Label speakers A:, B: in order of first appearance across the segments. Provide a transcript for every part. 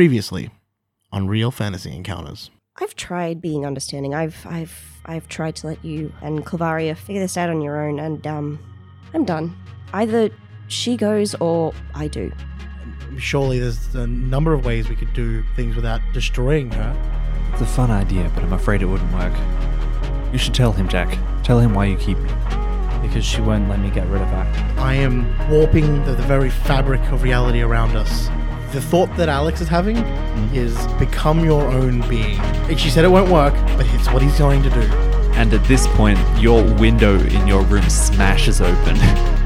A: Previously on Real Fantasy Encounters.
B: I've tried being understanding. I've I've I've tried to let you and Clavaria figure this out on your own and um I'm done. Either she goes or I do.
C: Surely there's a number of ways we could do things without destroying her.
D: It's a fun idea, but I'm afraid it wouldn't work. You should tell him, Jack. Tell him why you keep me.
E: because she won't let me get rid of her.
C: I am warping the, the very fabric of reality around us. The thought that Alex is having
A: Mm-hmm.
C: is become your own being. And she said it won't work, but it's what he's going to do.
D: And at this point, your window in your room smashes open.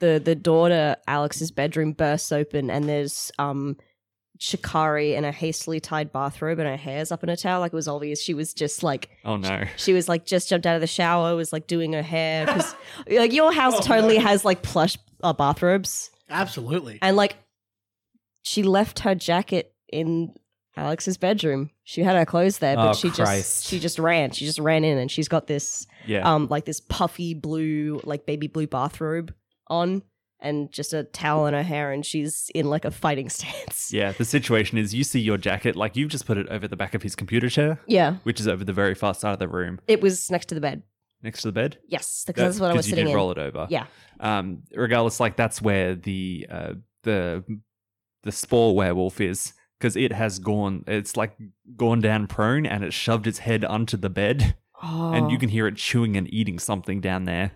B: The the door to Alex's bedroom bursts open and there's um Shikari in a hastily tied bathrobe and her hair's up in a towel. Like it was obvious she was just like
D: Oh no.
B: she was like just jumped out of the shower, was like doing her hair because like your house
D: Oh,
B: totally has like plush uh, bathrobes.
C: Absolutely.
B: And like, she left her jacket in Alex's bedroom. She had her clothes there, but
E: Oh,
B: she just
E: Christ.
B: she just ran. She just ran in, and she's got this
D: Yeah.
B: um like this puffy blue like baby blue bathrobe on, and just a towel in her hair, and she's in like a fighting stance.
D: yeah. The situation is you see your jacket, like you've just put it over the back of his computer chair,
B: Yeah.
D: which is over the very far side of the room
B: It was next to the bed.
D: next to the bed.
B: Yes,
D: That-
B: because that's what I was
D: you
B: sitting
D: did
B: in.
D: roll it over.
B: Yeah.
D: Um, regardless, like that's where the uh, the the spore werewolf is because it has gone. It's like gone down prone and it shoved its head onto the bed,
B: Oh.
D: and you can hear it chewing and eating something down there.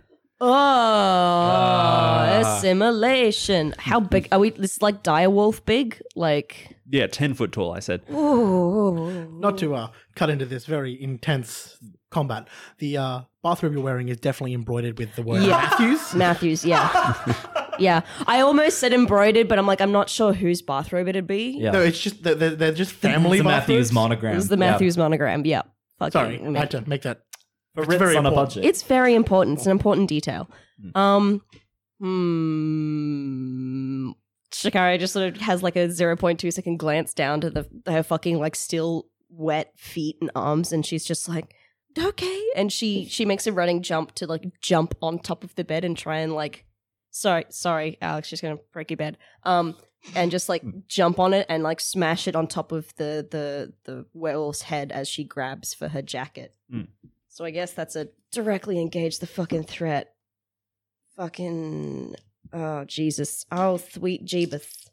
B: Oh,
D: Ah.
B: assimilation. How big are we? This is like direwolf big, like.
D: Yeah, ten foot tall. I said.
B: Ooh.
C: Not to uh, cut into this very intense combat, the uh, bathrobe you're wearing is definitely embroidered with the word
B: Yeah.
C: Matthews.
B: Matthews, yeah. yeah. I almost said embroidered, but I'm like, I'm not sure whose bathrobe it'd be.
E: Yeah.
C: No, it's just they're, they're- they're just family
E: It's a Matthews
C: bathrobes.
E: monogram.
B: It was the
E: Yeah.
B: Matthews monogram. Yeah. Fucking
C: Sorry, I
B: Ma-
C: had to make that.
E: But
C: It's
E: written
C: very
E: on a
C: important.
E: budget.
B: It's very important. It's an important detail. Um, hmm. Shikari just sort of has like a 0.2 second glance down to the her fucking like still wet feet and arms, and she's just like, okay. And she she makes a running jump to like jump on top of the bed and try and like, sorry, sorry, Alex, she's gonna break your bed. Um, and just like jump on it and like smash it on top of the the the werewolf's head as she grabs for her jacket.
D: Mm.
B: So I guess that's a directly engage the fucking threat. Fucking oh Jesus! Oh sweet Jeebus!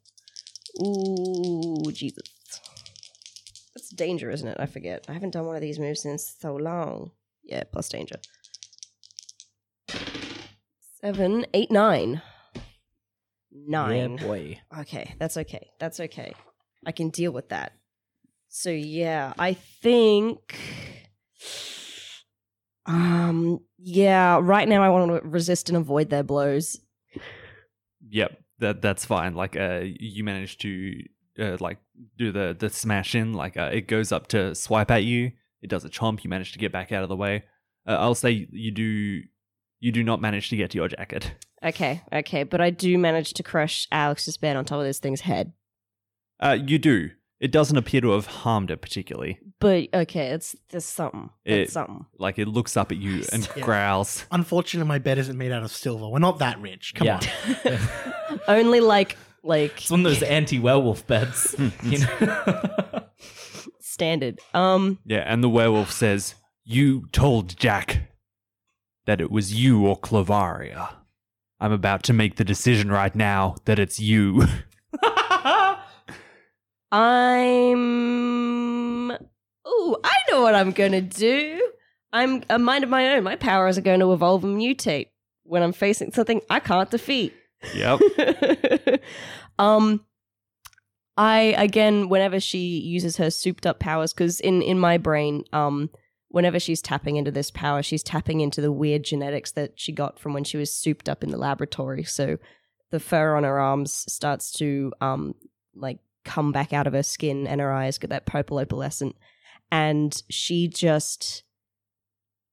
B: Ooh Jeebus! That's danger, isn't it? I forget. I haven't done one of these moves in so long. Yeah, plus danger. Seven, eight, nine. Nine.
E: Yeah, boy.
B: Okay, that's okay. That's okay. I can deal with that. So yeah, I think um yeah, right now I want to resist and avoid their blows.
D: Yep. That that's fine. Like, uh, you manage to uh, like do the the smash in. Like, uh, it goes up to swipe at you. It does a chomp. You manage to get back out of the way. Uh, I'll say you do. uh, You do not manage to get to your jacket.
B: Okay, okay, but I do manage to crush Alex's bed on top of this thing's head.
D: Uh, you do. It doesn't appear to have harmed it particularly.
B: But okay, it's there's something. It's
D: It-
B: something.
D: Like it looks up at you and
C: Yeah.
D: growls.
C: Unfortunately, my bed isn't made out of silver. We're not that rich. Come
E: Yeah.
C: on.
B: Only like like
E: It's one of those anti werewolf beds. you know?
B: standard. Um
D: Yeah, and the werewolf says, "You told Jack that it was you or Clavaria. I'm about to make the decision right now that it's you."
B: I'm Ooh, I know what I'm gonna do. I'm a mind of my own. My powers are going to evolve and mutate when I'm facing something I can't defeat.
F: Yep.
B: um I again whenever she uses her souped up powers cuz in in my brain um whenever she's tapping into this power she's tapping into the weird genetics that she got from when she was souped up in the laboratory so the fur on her arms starts to um like come back out of her skin and her eyes get that purple opalescent and she just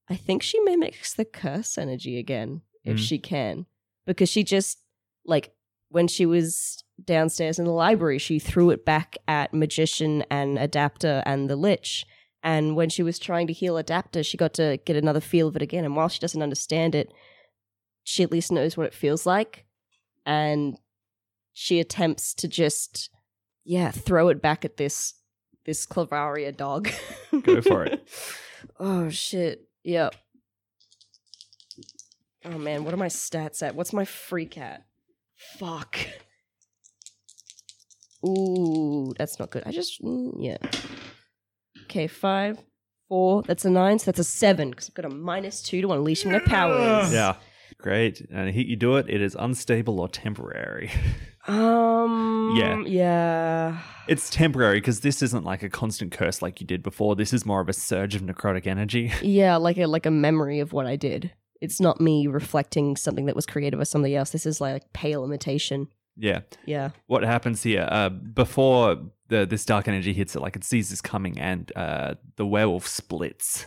B: I think she mimics the curse energy again if
F: Mm.
B: she can because she just like when she was downstairs in the library, she threw it back at Magician and Adapter and the Lich. And when she was trying to heal Adapter, she got to get another feel of it again. And while she doesn't understand it, she at least knows what it feels like. And she attempts to just, yeah, throw it back at this this Clavaria dog.
F: Go for it.
B: oh shit. Yep. Oh man, what are my stats at? What's my freak at? Fuck. Ooh, that's not good. I just mm, yeah. Okay, five, four. That's a nine. So that's a seven because I've got a minus two to unleashing my powers.
F: Yeah. Great. And hit you do it, it is unstable or temporary.
B: Um.
F: Yeah.
B: Yeah.
F: It's temporary because this isn't like a constant curse like you did before. This is more of a surge of necrotic energy.
B: Yeah, like a like a memory of what I did. It's not me reflecting something that was created by somebody else. This is like pale imitation.
F: yeah.
B: Yeah.
F: What happens here? Uh, before the, this dark energy hits it, like it sees this coming and uh, the werewolf splits.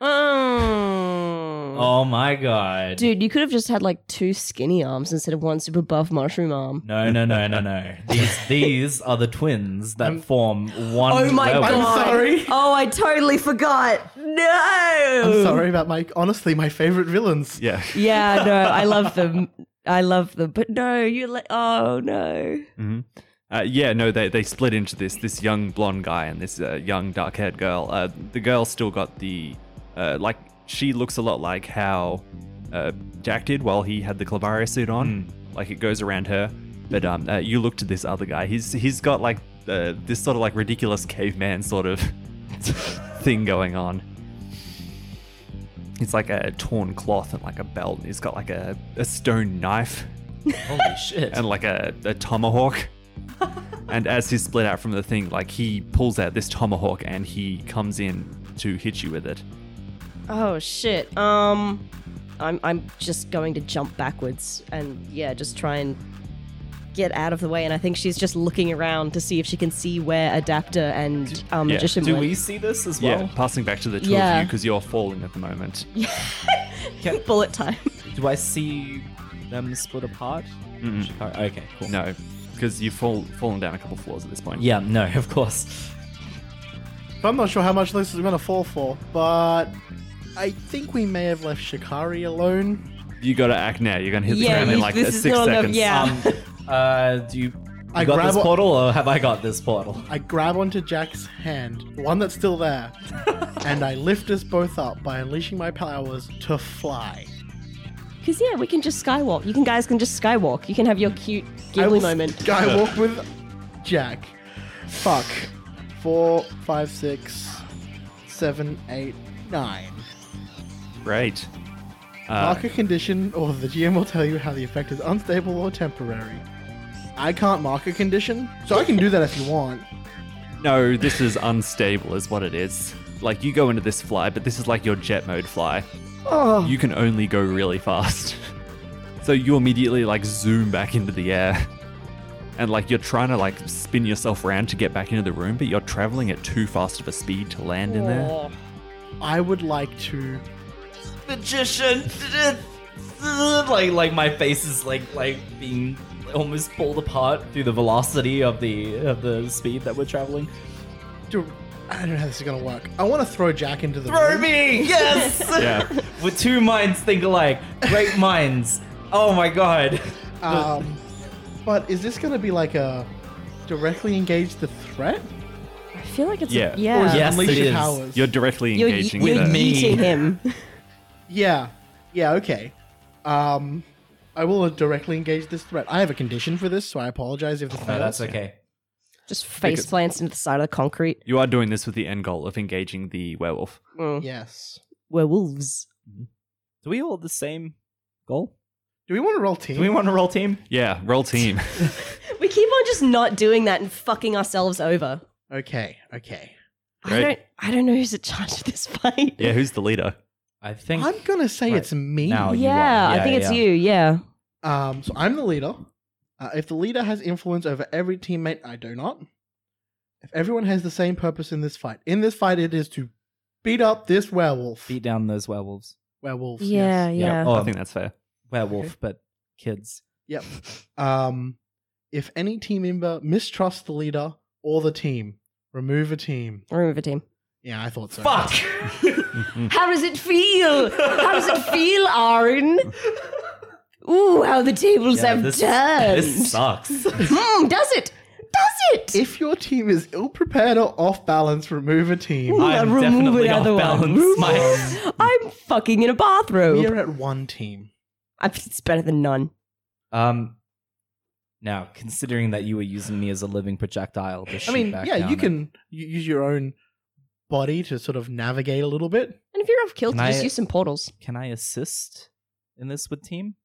B: Oh.
E: Oh my god.
B: Dude, you could have just had like two skinny arms instead of one super buff mushroom arm.
E: No, no, no, no, no. These these are the twins that form one.
B: Oh my
E: werewolf.
B: god!
C: I'm sorry.
B: Oh, I totally forgot. No.
C: I'm sorry about my honestly my favorite villains.
F: Yeah.
B: Yeah, no, I love them. I love them, but no, you like. Oh no.
F: hmm Uh, yeah, no, they, they split into this this young blonde guy and this uh, young dark haired girl. Uh, the girl still got the uh, like she looks a lot like how uh, Jack did while he had the Clavaria suit on.
E: Hmm.
F: Like it goes around her, but um, uh, you look to this other guy. He's he's got like uh, this sort of like ridiculous caveman sort of thing going on. It's like a torn cloth and like a belt. He's got like a, a stone knife
E: Holy shit.
F: and like a, a tomahawk. and as he's split out from the thing, like he pulls out this tomahawk and he comes in to hit you with it.
B: Oh shit. Um, I'm I'm just going to jump backwards and yeah, just try and get out of the way. And I think she's just looking around to see if she can see where Adapter and um,
F: Yeah.
B: Magician
E: Do
B: went.
E: we see this as
F: Yeah,
E: well?
F: passing back to the two of
B: Yeah.
F: you because you're falling at the moment.
E: Can-
B: Bullet time.
E: Do I see them split apart? Shikari- Okay, cool.
F: No, because you've fall, fallen down a couple floors at this point.
E: Yeah, no, of course.
C: But I'm not sure how much this is gonna fall for, but I think we may have left Shikari alone.
F: You gotta act now. You're gonna hit the
B: Yeah,
F: ground in
B: you-
F: like
B: this
F: six
B: is not enough-
F: seconds.
B: yeah.
E: Um, uh, do you, you
C: I
E: got
C: grab
E: this
C: a-
E: portal, or have I got this portal?
C: I grab onto Jack's hand, the one that's still there, and I lift us both up by unleashing my powers to fly.
B: Cause yeah, we can just skywalk. You can guys can just skywalk. You can have your cute giggly moment.
C: I walk with Jack. Fuck. Four, five, six, seven, eight, nine.
F: Great.
E: Uh,
C: Mark a condition, or the GM will tell you how the effect is unstable or temporary. I can't mark a condition, so I can do that if you want.
F: No, this is unstable, is what it is. Like you go into this fly, but this is like your jet mode fly.
C: Oh,
F: You can only go really fast. So you immediately like zoom back into the air. And like you're trying to like spin yourself around to get back into the room, but you're traveling at too fast of a speed to land in there.
C: I would like to.
E: Magician, like like my face is like like being almost pulled apart through the velocity of the of the speed that we're traveling.
C: do I don't know how this is gonna work. I want to throw Jack into the
E: Throw
C: room.
E: me, yes.
F: Yeah.
E: With two minds think alike, great minds. Oh my god.
C: Um, but is this gonna be like a directly engage the threat?
B: I feel like it's
F: Yeah.
B: a, yeah.
C: Or is
E: Yes,
C: unleash
E: it
C: your
E: is.
C: powers?
F: You're directly
B: You're,
F: engaging
B: you're
F: with
E: me.
F: it.
B: yeeting him.
C: Yeah. Yeah, okay. Um
E: Uh,
C: I will directly engage this threat. I have a condition for this, so I apologize if the
E: No, that's okay.
B: Just face plants into the side of the concrete.
F: You are doing this with the end goal of engaging the werewolf.
B: Mm.
C: Yes.
B: Werewolves.
E: Do we all have the same goal?
C: Do we want to roll team?
E: Do we want to roll team?
F: Yeah, roll team.
B: We keep on just not doing that and fucking ourselves over.
C: okay. Okay.
B: I
F: Right.
B: don't. I don't know who's in charge of this fight.
F: yeah, who's the leader?
E: I think
C: I'm gonna say
E: Right.
C: it's me.
E: Now Oh, you
B: Yeah,
E: are.
B: I
E: Yeah,
B: think it's
E: yeah.
B: you. Yeah.
C: Um, so I'm the leader. Uh, if the leader has influence over every teammate, I do not. If everyone has the same purpose in this fight, in this fight, it is to beat up this werewolf.
E: beat down those werewolves.
C: werewolves.
B: Yeah.
C: yes.
B: Yeah.
E: Oh,
F: I think that's fair.
E: werewolf, but kids.
C: Yep. Um, if any team member mistrusts the leader or the team, remove a team.
B: Remove a team.
C: Yeah, I thought so.
E: Mm.
B: How does it feel? How does it feel, Aaron? Ooh, how the tables have turned.
E: This sucks.
B: Hmm, does it? Does it?
C: If your team is ill prepared or off balance, remove a team.
E: I'm
B: Remove
E: definitely
B: another
E: off
B: one.
E: balance.
B: Remove-
E: My-
B: I'm fucking in a
C: We
B: bathrobe.
C: are at one team.
B: I think It's better than none.
E: um, now considering that you were using me as a living projectile, to
C: I
E: shoot
C: mean,
E: back
C: yeah,
E: down
C: you
E: at-
C: can u- use your own body to sort of navigate a little bit.
B: And if you're off kilter,
E: Can I-
B: just use some portals.
E: Can I assist in this with team?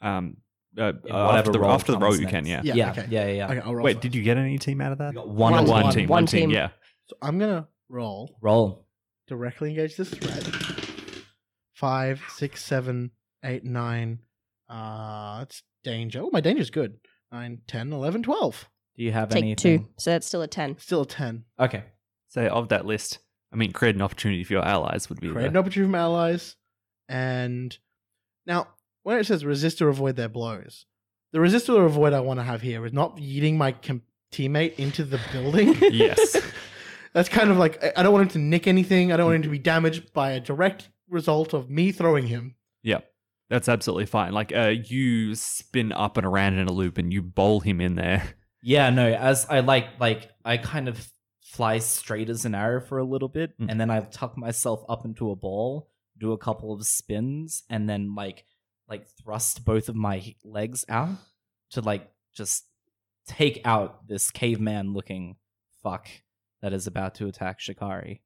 F: Um, uh,
E: In
F: uh, after
E: whatever
F: the
E: role
F: after the roll,
E: comes
F: you can.
E: next.
C: Yeah,
F: Yeah.
E: yeah,
C: okay.
E: yeah, yeah. yeah.
C: Okay, I'll roll.
F: Wait,
C: first.
F: did you get any team out of that?
E: We got one,
B: One
F: One
E: one.
B: team.
F: team.
B: One
F: One team.
B: team.
F: Yeah.
C: So I'm gonna roll
E: Roll.
C: directly engage this thread. Five, six, seven, eight, nine. Uh, it's danger. Oh, my danger's good. Nine, ten, eleven, twelve.
E: Do you have
B: Take
E: anything?
B: two. So that's still a 10.
C: Still a ten.
E: Okay.
F: So of that list, I mean, create an opportunity for your allies would be.
C: Create
F: the-
C: an opportunity from allies, and now when it says resist or avoid their blows, the resist or avoid I want to have here is not yeeting my com- teammate into the building.
F: Yes.
C: That's kind of like I- I don't want him to nick anything. I don't want him to be damaged by a direct result of me throwing him.
F: That's absolutely fine. Like, uh, you spin up and around in a loop, and you bowl him in there.
E: Yeah, no, as I like like I kind of fly straight as an arrow for a little bit
F: Mm.
E: and then I tuck myself up into a ball, do a couple of spins and then like like thrust both of my legs out to like just take out this caveman looking fuck that is about to attack Shikari.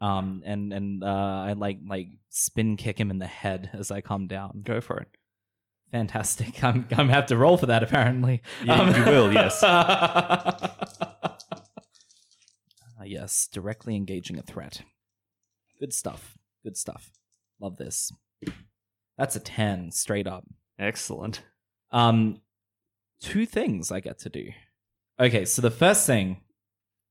E: Um and and uh I like like spin kick him in the head as I come down.
F: Go for it.
E: Fantastic. I'm I'm gonna have to roll for that apparently.
F: Yeah,
E: Um,
F: you will. Yes.
E: Ah, yes, directly engaging a threat. Good stuff. Good stuff. Love this. That's a 10 straight up.
F: Excellent.
E: Um two things I get to do. Okay, so the first thing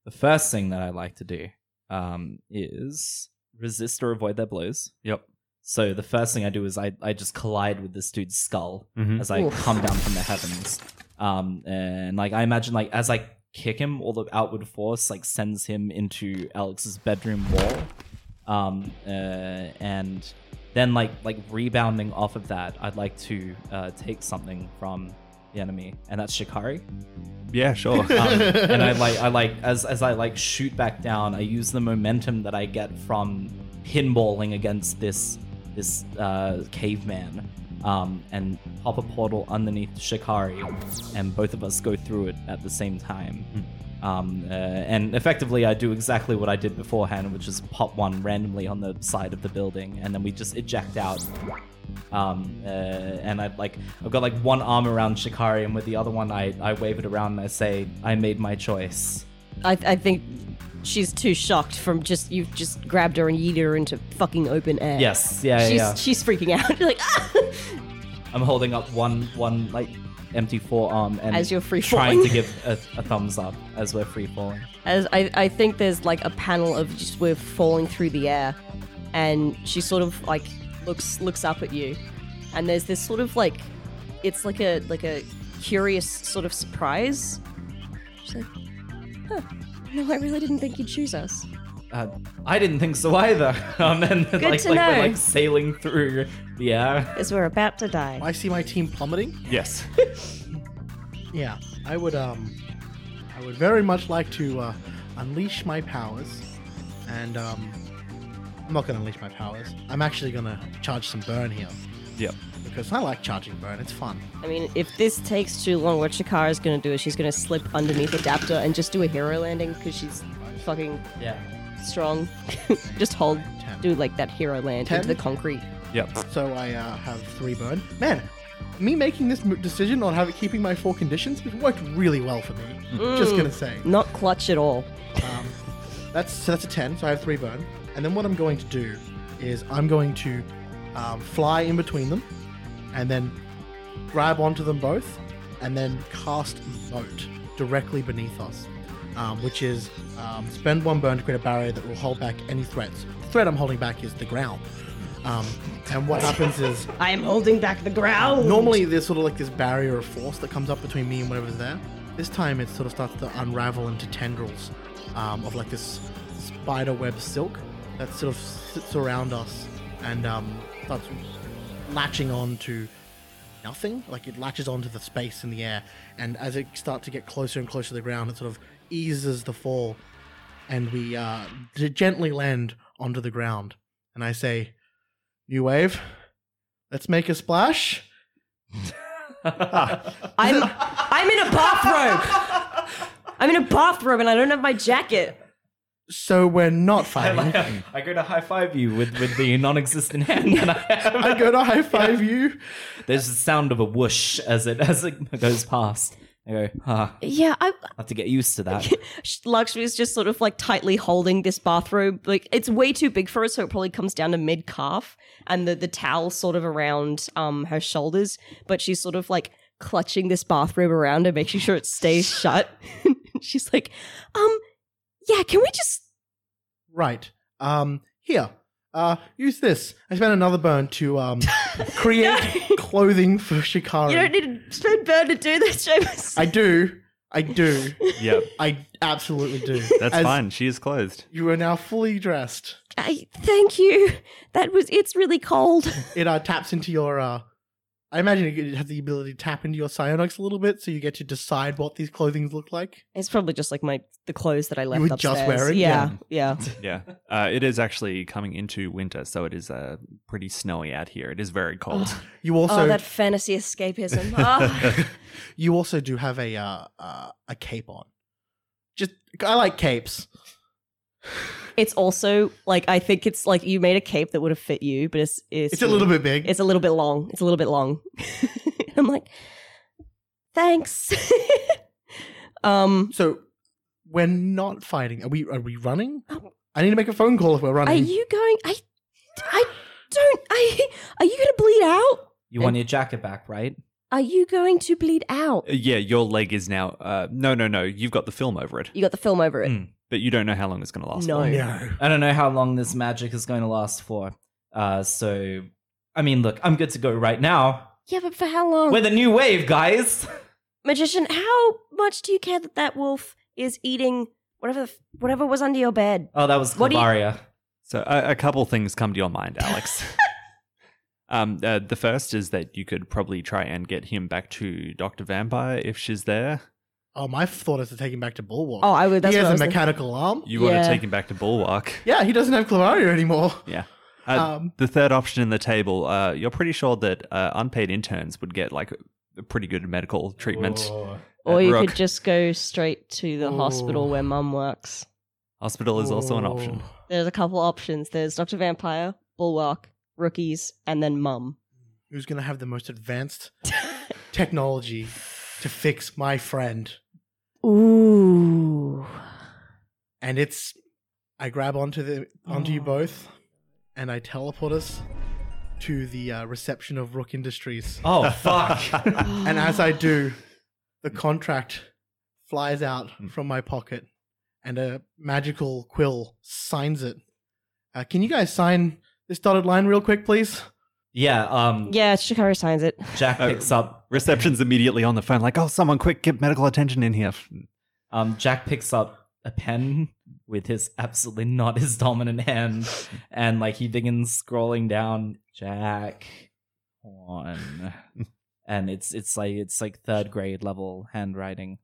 E: the first thing that I like to do um is resist or avoid their blows.
F: Yep.
E: So the first thing I do is I I just collide with this dude's skull
F: Mm-hmm.
E: as I
B: Oof.
E: come down from the heavens. Um, and like I imagine, like as I kick him, all the outward force like sends him into Alex's bedroom wall. Um, uh, and then like like rebounding off of that, I'd like to uh, take something from the enemy, and that's Shikari.
F: Yeah. Sure.
E: Um, and I like I like as as I like shoot back down, I use the momentum that I get from pinballing against this this uh, caveman, um, and pop a portal underneath Shikari, and both of us go through it at the same time. Um, uh, and effectively, I do exactly what I did beforehand, which is pop one randomly on the side of the building, and then we just eject out um, uh, and I like I've got like one arm around Shikari, and with the other one I, I wave it around and I say, "I made my choice."
B: I, I think she's too shocked from just you've just grabbed her and yeeted her into fucking open air.
E: Yes, yeah, yeah,
B: she's
E: yeah.
B: she's freaking out. like ah!
E: I'm holding up one one like empty forearm and
B: As you're free
E: trying to
B: falling.
E: give a, a thumbs up as we're free falling.
B: as I I think there's like a panel of just we're falling through the air, and she sort of like looks looks up at you, and there's this sort of like it's like a like a curious sort of surprise. She's like, huh, no, I really didn't think you'd choose us.
E: Uh, I didn't think so either. Um, and
B: Good
E: like,
B: to
E: like we're
B: know.
E: like sailing through the air.
B: As we're about to die.
C: I see my team plummeting.
F: yes.
C: Yeah, I would um, I would very much like to uh, unleash my powers, and um, I'm not gonna unleash my powers. I'm actually gonna charge some burn here.
F: Yep.
C: With because I like charging burn. It's fun.
B: I mean, if this takes too long, what Shakara's gonna do is she's gonna slip underneath Adapter and just do a hero landing because she's fucking
E: Yeah.
B: strong. just hold,
C: Ten.
B: do like that hero land
C: Ten?
B: into the concrete.
F: Yep.
C: So I uh, have three burn. Man, me making this mo- decision on having keeping my four conditions it worked really well for me. Just gonna say.
B: Not clutch at all.
C: Um, that's so that's a ten. So I have three burn. And then what I'm going to do is I'm going to um, fly in between them, and then grab onto them both, and then cast moat directly beneath us, um, which is um, spend one burn to create a barrier that will hold back any threats. The threat I'm holding back is the ground. Um, and what happens is
B: I am holding back the ground.
C: Normally, there's sort of like this barrier of force that comes up between me and whatever's there. This time, it sort of starts to unravel into tendrils um, of like this spider web silk that sort of sits around us and um, starts latching on to nothing. Like it latches onto the space in the air, and as it starts to get closer and closer to the ground, it sort of eases the fall, and we uh, d- gently land onto the ground. And I say, "You wave." Let's make a splash.
B: I'm I'm in a bathrobe. I'm in a bathrobe and I don't have my jacket.
C: So we're not fighting.
E: I go to high five you with, with the non existent hand that I have.
C: I go to high five you.
E: There's the sound of a whoosh as it as it goes past. I go, huh, I
B: Yeah, I
E: have to get used to that.
B: Lakshmi is just sort of like tightly holding this bathrobe. Like it's way too big for her, so it probably comes down to mid calf and the the towel sort of around um her shoulders, but she's sort of like clutching this bathrobe around and making sure it stays shut. she's like, um, yeah, can we just
C: Right. Um. Here. Uh. Use this. I spent another burn to um create clothing for Shikari.
B: you don't need to spend burn to do this, James.
C: I do. I do.
F: Yep.
C: I absolutely do.
F: That's
C: As
F: fine. She is closed.
C: You are now fully dressed.
B: I thank you. That was it's really cold.
C: It uh, taps into your. uh I imagine it has the ability to tap into your psionics a little bit, so you get to decide what these clothings look like.
B: It's probably just like my the clothes that I left
C: were just
B: upstairs.
C: wearing?
B: yeah, yeah.
F: Yeah. Uh, it is actually coming into winter, so it is uh, pretty snowy out here. It is very cold.
C: You also
B: oh, that fantasy escapism. Ah.
C: you also do have a uh, uh, a cape on. Just I like capes.
B: It's also like I think it's like you made a cape that would have fit you, but it's it's,
C: It's a little bit big.
B: it's a little bit long. It's a little bit long. I'm like, thanks. um,
C: so we're not fighting. Are we? Are we running? I need to make a phone call if we're
B: Oh. are
C: running.
B: you going? I I don't. I are you going to bleed out?
E: You want your jacket back, right?
B: Are you going to bleed out?
F: Uh, yeah, your leg is now. Uh, no, no, no. You've got the film over it,
B: You got the film over it.
E: Mm.
F: but you don't know how long it's going to last.
B: No.
F: for.
C: no.
E: I don't know how long this magic is going to last for. Uh, so, I mean, look, I'm good to go right now.
B: Yeah, but for how long?
E: We're the new wave, guys.
B: Magician, how much do you care that that wolf is eating whatever the f- whatever was under your bed?
E: Oh, that was
B: What do you-
E: Clavaria.
F: So a, a couple things come to your mind, Alex. um, uh, the first is that you could probably try and get him back to Doctor Vampire if she's there.
C: Oh, my thought is to take him back to Bulwark.
B: Oh, I would. That's
C: he
B: what I
C: has
B: was
C: a
B: thinking.
C: mechanical arm.
F: You want
B: Yeah.
F: to take him back to Bulwark.
C: Yeah, he doesn't have Clavaria anymore.
F: Yeah. Uh,
C: Um,
F: the third option in the table, uh, you're pretty sure that uh, unpaid interns would get like a pretty good medical treatment.
B: Or
F: at
B: you
F: Rook.
B: could just go straight to the
C: Ooh.
B: hospital where mum works.
F: Hospital is also an option.
C: oh.
B: There's a couple options. There's Dr. Vampire, Bulwark, Rookies, and then mum.
C: Who's gonna have the most advanced technology to fix my friend?
B: Ooh.
C: And it's I grab onto the onto you both, and I teleport us to the uh, reception of Rook Industries.
E: Oh, fuck.
C: And as I do, the contract flies out from my pocket and a magical quill signs it. Uh, can you guys sign this dotted line real quick, please?
E: yeah, um,
B: Yeah, Shikari signs it.
E: Jack
F: Oh.
E: picks up.
F: Reception's immediately on the phone, like, oh, someone quick, get medical attention in here.
E: Um, Jack picks up a pen with his absolutely not his dominant hand, and like he begins scrolling down. Jack, on, and it's it's like it's like third grade level handwriting.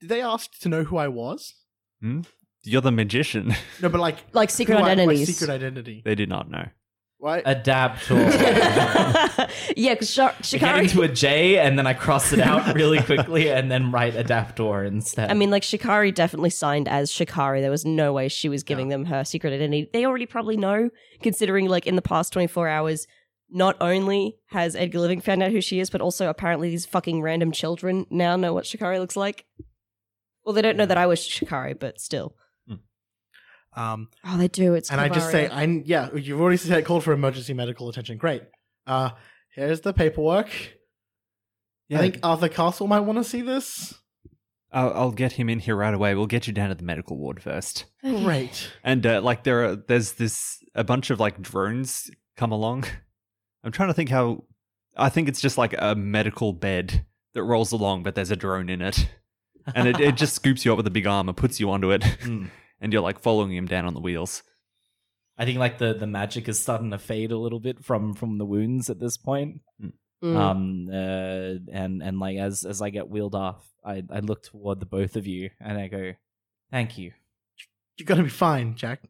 C: Did they ask to know who I was?
F: You're the magician.
C: No, but like
B: Like secret
C: who I- my
B: identities.
C: secret identity.
F: They did not know.
C: right?
E: Adapt or
B: yeah, because Shar-
E: I get into
B: Shikari.
E: a J and then I cross it out really quickly and then write adaptor instead.
B: I mean, like Shikari definitely signed as Shikari. There was no way she was giving them her secret identity. They already probably know, considering like in the past twenty four hours, not only has Edgar Living found out who she is, but also apparently these fucking random children now know what Shikari looks like. Well, they don't know that I was Shikari, but still.
C: um,
B: Oh, they do. It's
C: and I just say,
B: Kavari.
C: I yeah, you've already said called for emergency medical attention. Great. Uh, here's the paperwork. I think Arthur Castle might want to see this.
F: I'll, I'll get him in here right away. We'll get you down to the medical ward first.
C: "Oh,
B: Okay.
C: Great.
F: And uh, like there are, there's this a bunch of like drones come along. I'm trying to think how. I think it's just like a medical bed that rolls along, but there's a drone in it, and it, it just scoops you up with a big arm and puts you onto it,
E: Hmm.
F: and you're like following him down on the wheels.
E: I think like the, the magic is starting to fade a little bit from from the wounds at this point.
B: Mm.
E: Um uh, and and like as as I get wheeled off, I I look toward the both of you and I go, "Thank you."
C: You're gonna be fine, Jack.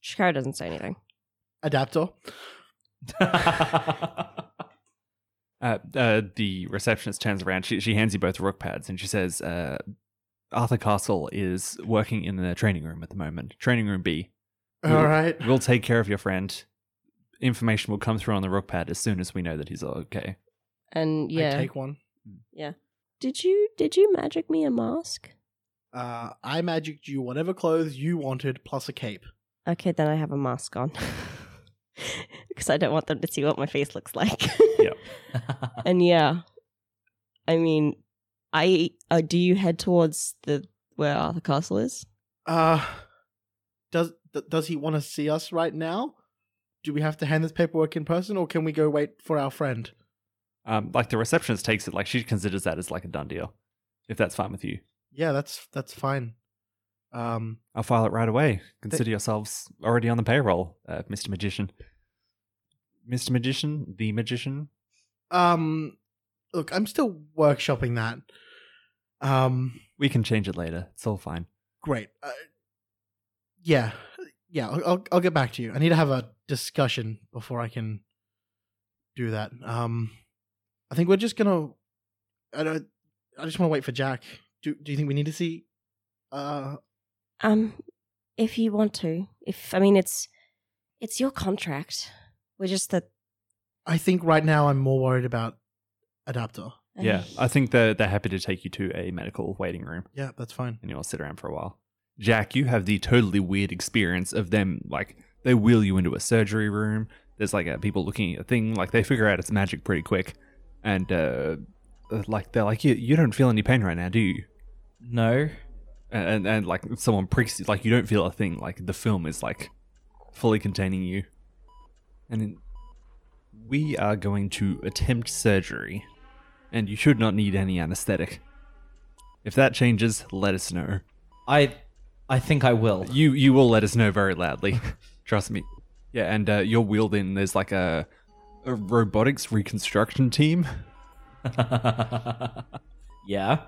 B: Shikari doesn't say anything.
C: Adapter.
F: Uh, uh, the receptionist turns around. She she hands you both rook pads, and she says, uh, "Arthur Castle is working in the training room at the moment. Training room B. We'll-
C: All right.
F: We'll take care of your friend. Information will come through on the rook pad as soon as we know that he's okay."
B: And
C: I
B: yeah,
C: take one.
B: did you did you magic me a mask?
C: Uh, I magicked you whatever clothes you wanted plus a cape.
B: Okay, then I have a mask on because I don't want them to see what my face looks like.
F: Yep.
B: And yeah, I mean, I uh, do you head towards the where Arthur Castle is?
C: Uh, does th- does he want to see us right now? Do we have to hand this paperwork in person, or can we go wait for our friend?
F: Um, like the receptionist takes it like she considers that as like a done deal. If that's fine with you,
C: Yeah, that's that's fine. Um,
F: I'll file it right away. Consider yourselves already on the payroll, uh, Mr. Magician. Mr. Magician, the magician.
C: um, look, I'm still workshopping that. Um,
F: We can change it later. It's all fine.
C: great. Uh, yeah, yeah. I'll, I'll I'll get back to you. I need to have a discussion before I can do that. Um, I think we're just gonna. I don't. I just want to wait for Jack. Do Do you think we need to see? Uh,
B: Um, if you want to, if I mean, it's it's your contract. We're just the
C: I think right now I'm more worried about adapter.
F: Yeah, I think they're, they're happy to take you to a medical waiting room
C: Yeah, that's fine.
F: and you'll sit around for a while. Jack, you have the totally weird experience of them, like, they wheel you into a surgery room. There's, like, uh, people looking at a thing. Like, they figure out it's magic pretty quick. And, uh, uh, like, they're like, you, you don't feel any pain right now, do you?
E: no.
F: And, and, and, like, someone pricks you. Like, you don't feel a thing. Like, the film is, like, fully containing you. And then we are going to attempt surgery. And you should not need any anesthetic. If that changes, let us know.
E: I I think I will.
F: You you will let us know very loudly. Trust me. Yeah, and uh, you're wheeled in. There's like a, a robotics reconstruction team,
E: yeah.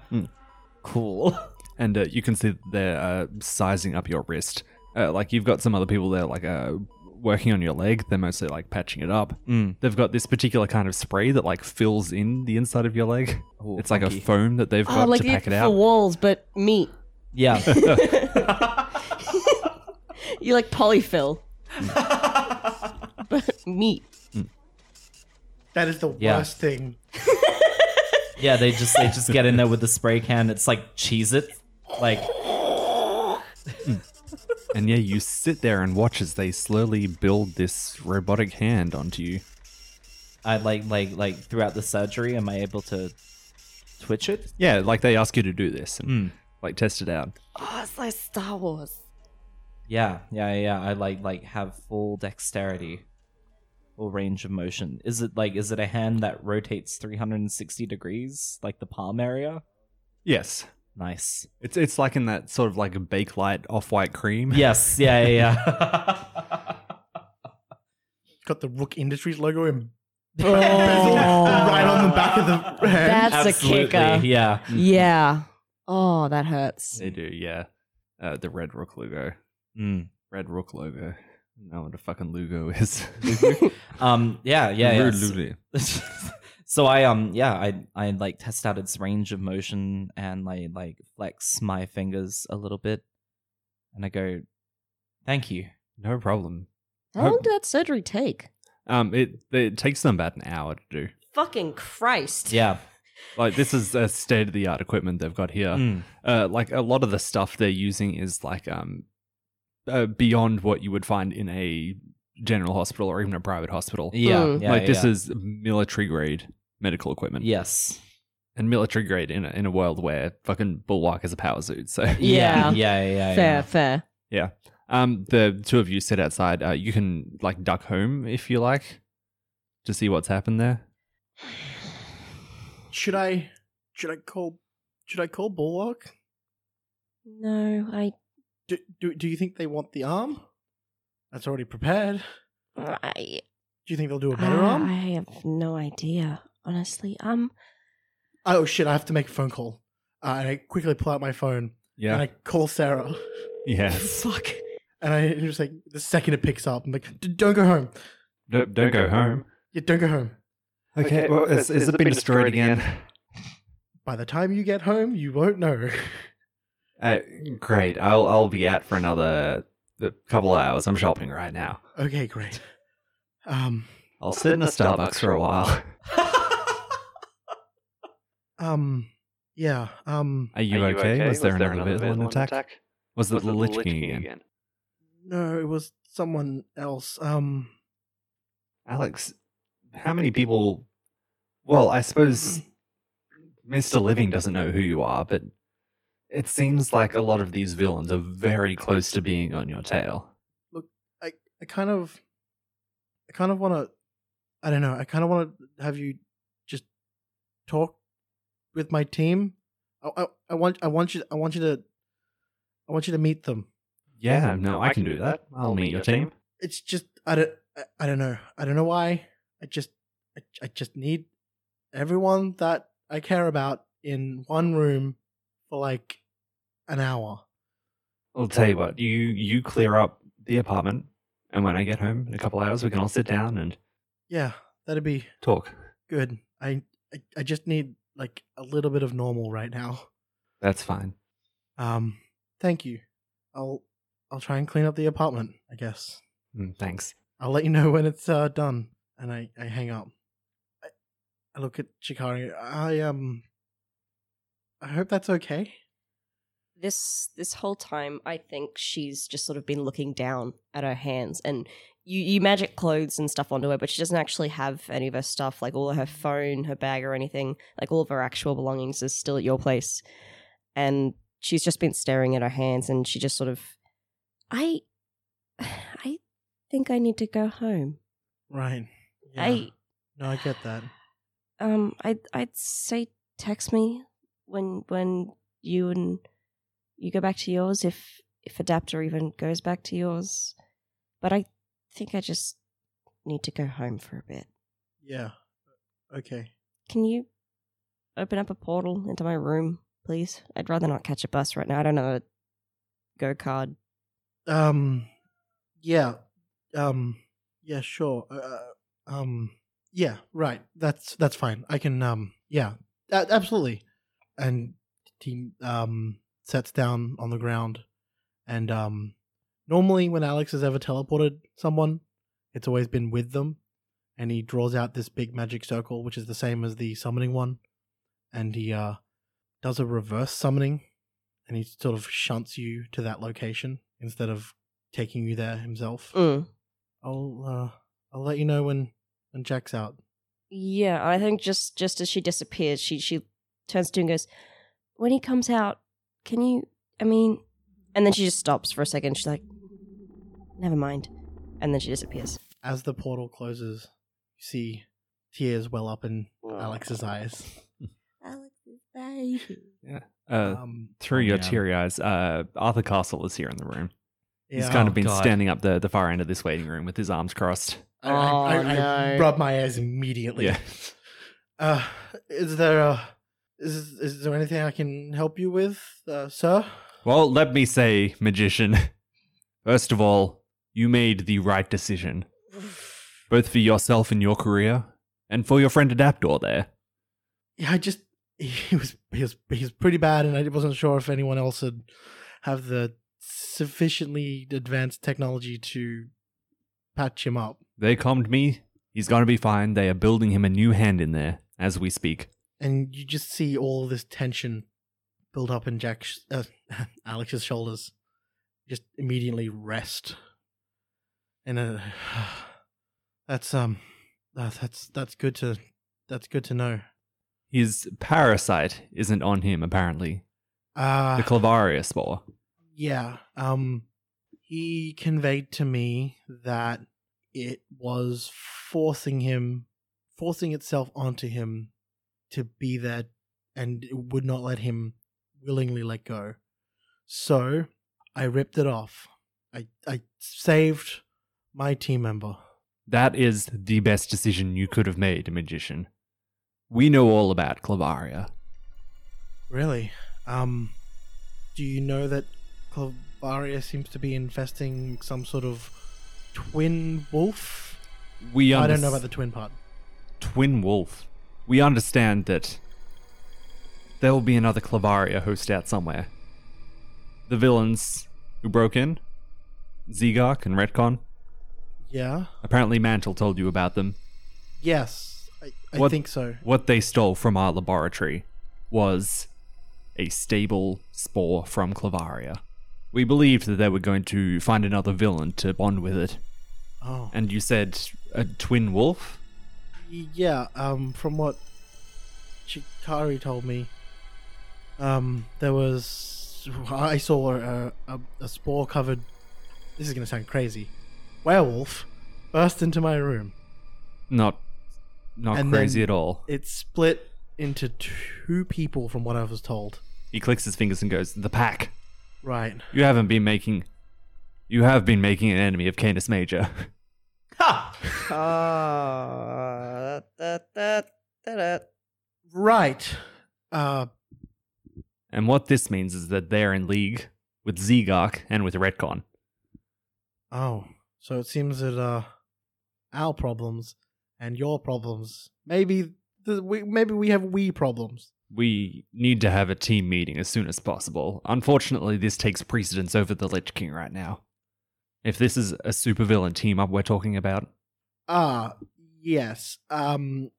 E: Cool.
F: and uh, you can see that they're uh, sizing up your wrist. Uh, like you've got some other people there, like uh, working on your leg. They're mostly like patching it up.
E: Mm.
F: They've got this particular kind of spray that like fills in the inside of your leg.
E: Ooh,
F: it's like
E: funky.
F: a foam that they've
B: oh,
F: got
B: like
F: to pack it
B: for
F: out.
B: walls, but meat.
E: Yeah.
B: You like polyfill, but meat.
C: That is the
E: Yeah.
C: worst thing.
E: Yeah, they just they just get in there with the spray can. It's like cheese it, like
F: And yeah, you sit there and watch as they slowly build this robotic hand onto you.
E: I like like like throughout the surgery. Am I able to twitch it?
F: Yeah, like they ask you to do this and
E: Mm.
F: like test it out.
B: Oh, it's like Star Wars.
E: Yeah, yeah, yeah. I like like have full dexterity, full range of motion. Is it like is it a hand that rotates three hundred and sixty degrees, like the palm area?
F: Yes.
E: Nice.
F: It's it's like in that sort of like a bakelite off-white cream.
E: Yes. Yeah. Yeah. yeah.
C: Got the Rook Industries logo in right
B: right
C: on
E: Oh.
C: the back of the hand.
B: That's a kicker.
E: Yeah.
F: Mm-hmm.
B: Yeah. Oh, that hurts.
F: They do, yeah. Uh, the red rook logo.
E: Mm.
F: Red rook logo. know what a fucking Lugo is.
E: Um, yeah, yeah, yeah.
F: Rude
E: So-
F: Lugo.
E: so I um yeah I I like test out its range of motion and I like flex my fingers a little bit, and I go, "Thank you."
F: No problem.
B: How long did that surgery take?
F: Um, it it takes them about an hour to do.
B: Fucking Christ.
E: Yeah.
F: Like this is uh, state of the art equipment they've got here.
E: Mm.
F: Uh, like a lot of the stuff they're using is like um, uh, beyond what you would find in a general hospital or even a private hospital.
E: Yeah,
B: Mm.
E: yeah.
F: like this
E: yeah.
F: is military grade medical equipment.
E: yes.
F: and military grade in a, in a world where fucking Bulwark is a power suit. So
B: Yeah.
E: Yeah. Yeah. yeah, yeah.
B: Fair, fair.
F: um, the two of you sit outside. Uh, you can like duck home if you like to see what's happened there.
C: Should I should I call should I call Bulwark?
B: No, I,
C: Do, do do you think they want the arm? That's already prepared.
B: I
C: Do you think they'll do a better arm?
B: Ah, I have no idea, honestly. Um, Ah.
C: Oh shit! I have to make a phone call. Uh, and I quickly pull out my phone and I call Sarah.
F: Yes.
B: fuck.
C: And I just like the second it picks up, I'm like, "D- "Don't go home!
F: Don't,
D: don't go home.
C: Yeah, don't go home."
F: Okay. Well, is, is it been destroyed again?
C: By the time you get home, you won't know.
D: Uh, great. I'll I'll be out for another uh, couple hours. I'm shopping right now.
C: okay, great. Um,
D: I'll sit in a Starbucks for a while.
C: um, yeah, um,
F: Are you, okay? Was there another villain attack? Was it the Lich King again?
C: no, it was someone else. Um,
D: Alex, how many people? Well, I suppose Mr. Living doesn't know who you are, but it seems like a lot of these villains are very close to being on your tail.
C: I kind of, I kind of want to, I don't know, I kind of want to have you just talk with my team. I, I, I want, I want you, I want you to, I want you to meet them.
D: Yeah, no, I can do that. I'll meet your team.
C: It's just, I don't, I, I don't know, I don't know why. I just, I, I just need everyone that I care about in one room for like an hour.
D: I'll tell you what, you you clear up the apartment, and when I get home in a couple hours, we can all sit down and
C: Yeah, that'd be
D: talk.
C: good. I, I, I just need like a little bit of normal right now.
D: That's fine.
C: Um, thank you. I'll I'll try and clean up the apartment. I guess
D: Mm, Thanks.
C: I'll let you know when it's uh, done. And I, I hang up. I, I look at Chikari. I um. I hope that's okay.
B: This this whole time, I think she's just sort of been looking down at her hands, and you you magic clothes and stuff onto her, but she doesn't actually have any of her stuff, like all of her phone, her bag, or anything. Like all of her actual belongings is still at your place, and she's just been staring at her hands, and she just sort of, I, I think I need to go home.
C: Right. Yeah.
B: I
C: no, I get that.
B: um i i'd say text me when when you and you go back to yours if if adapter even goes back to yours but i think i just need to go home for a bit
C: Yeah. Okay.
B: can you open up a portal into my room please i'd rather not catch a bus right now i don't know a go card
C: Um. Yeah. Um. Yeah. Sure. Uh, um. Yeah. Right. That's that's fine. I can. Um. Yeah. A- absolutely. And team um sets down on the ground, and um, normally when Alex has ever teleported someone, it's always been with them, and he draws out this big magic circle, which is the same as the summoning one, and he uh does a reverse summoning and he sort of shunts you to that location instead of taking you there himself.
B: mm.
C: I'll uh, I'll let you know when when Jack's out.
B: yeah i think just just as she disappears she she turns to him and goes when he comes out can you i mean and then she just stops for a second she's like never mind and then she disappears
C: As the portal closes, you see tears well up in Alex's eyes.
F: Uh,
C: Um,
F: through your
E: yeah.
F: teary eyes, uh, Arthur Castle is here in the room. He's
C: yeah,
F: kind
D: oh
F: of been
E: God.
F: standing up the, the far end of this waiting room with his arms crossed.
C: I, I, I, I
A: no.
C: rub my eyes immediately.
F: Yeah.
C: Uh, is there a, is is there anything I can help you with, uh, sir?
F: Well, let me say, magician. First of all, You made the right decision, both for yourself and your career, and for your friend Adaptor there.
C: yeah, I just he was he was he was pretty bad, and I wasn't sure if anyone else had have the sufficiently advanced technology to patch him up.
F: They calmed me. He's gonna be fine. They are building him a new hand in there as we speak.
C: And you just see all this tension build up in Jack's uh, Alex's shoulders, just immediately rest. And uh, that's um, uh, that's that's good to that's good to know.
F: His parasite isn't on him, apparently.
C: Uh,
F: The Clavaria spore.
C: Yeah. Um he conveyed to me that it was forcing him forcing itself onto him to be there and it would not let him willingly let go. So I ripped it off. I I saved my team member.
F: That is the best decision you could have made, Magician. We know all about Clavaria.
C: Really? Um do you know that Clavaria seems to be investing some sort of twin wolf?
F: We
C: I
F: under-
C: don't know about the twin part.
F: Twin Wolf. We understand that there will be another Clavaria host out somewhere. The villains who broke in, Zegark and Retcon.
C: Yeah.
F: Apparently, Mantle told you about them.
C: Yes, I, I
F: What-
C: think so.
F: What they stole from our laboratory was a stable spore from Clavaria. We believed that they were going to find another villain to bond with it.
C: Oh,
F: And you said a twin wolf?
C: yeah. Um, from what Chikari told me, um, there was I saw a a, a spore covered. This is gonna sound crazy. Werewolf burst into my room.
F: Not not
C: And
F: crazy
C: then-
F: at all.
C: It split into two people, from what I was told.
F: He clicks his fingers and goes, The pack.
C: Right.
F: You haven't been making you have been making an enemy of Canis Major.
E: Ha!
B: Ah, da, da, da, da.
C: Right. Uh,
F: and what this means is that they're in league with Zegark and with Retcon.
C: Oh, so it seems that uh, our problems and your problems, maybe the, we maybe we have we problems.
F: We need to have a team meeting as soon as possible. Unfortunately, this takes precedence over the Lich King right now. If this is a supervillain team up we're talking about,
C: Ah, yes. Um,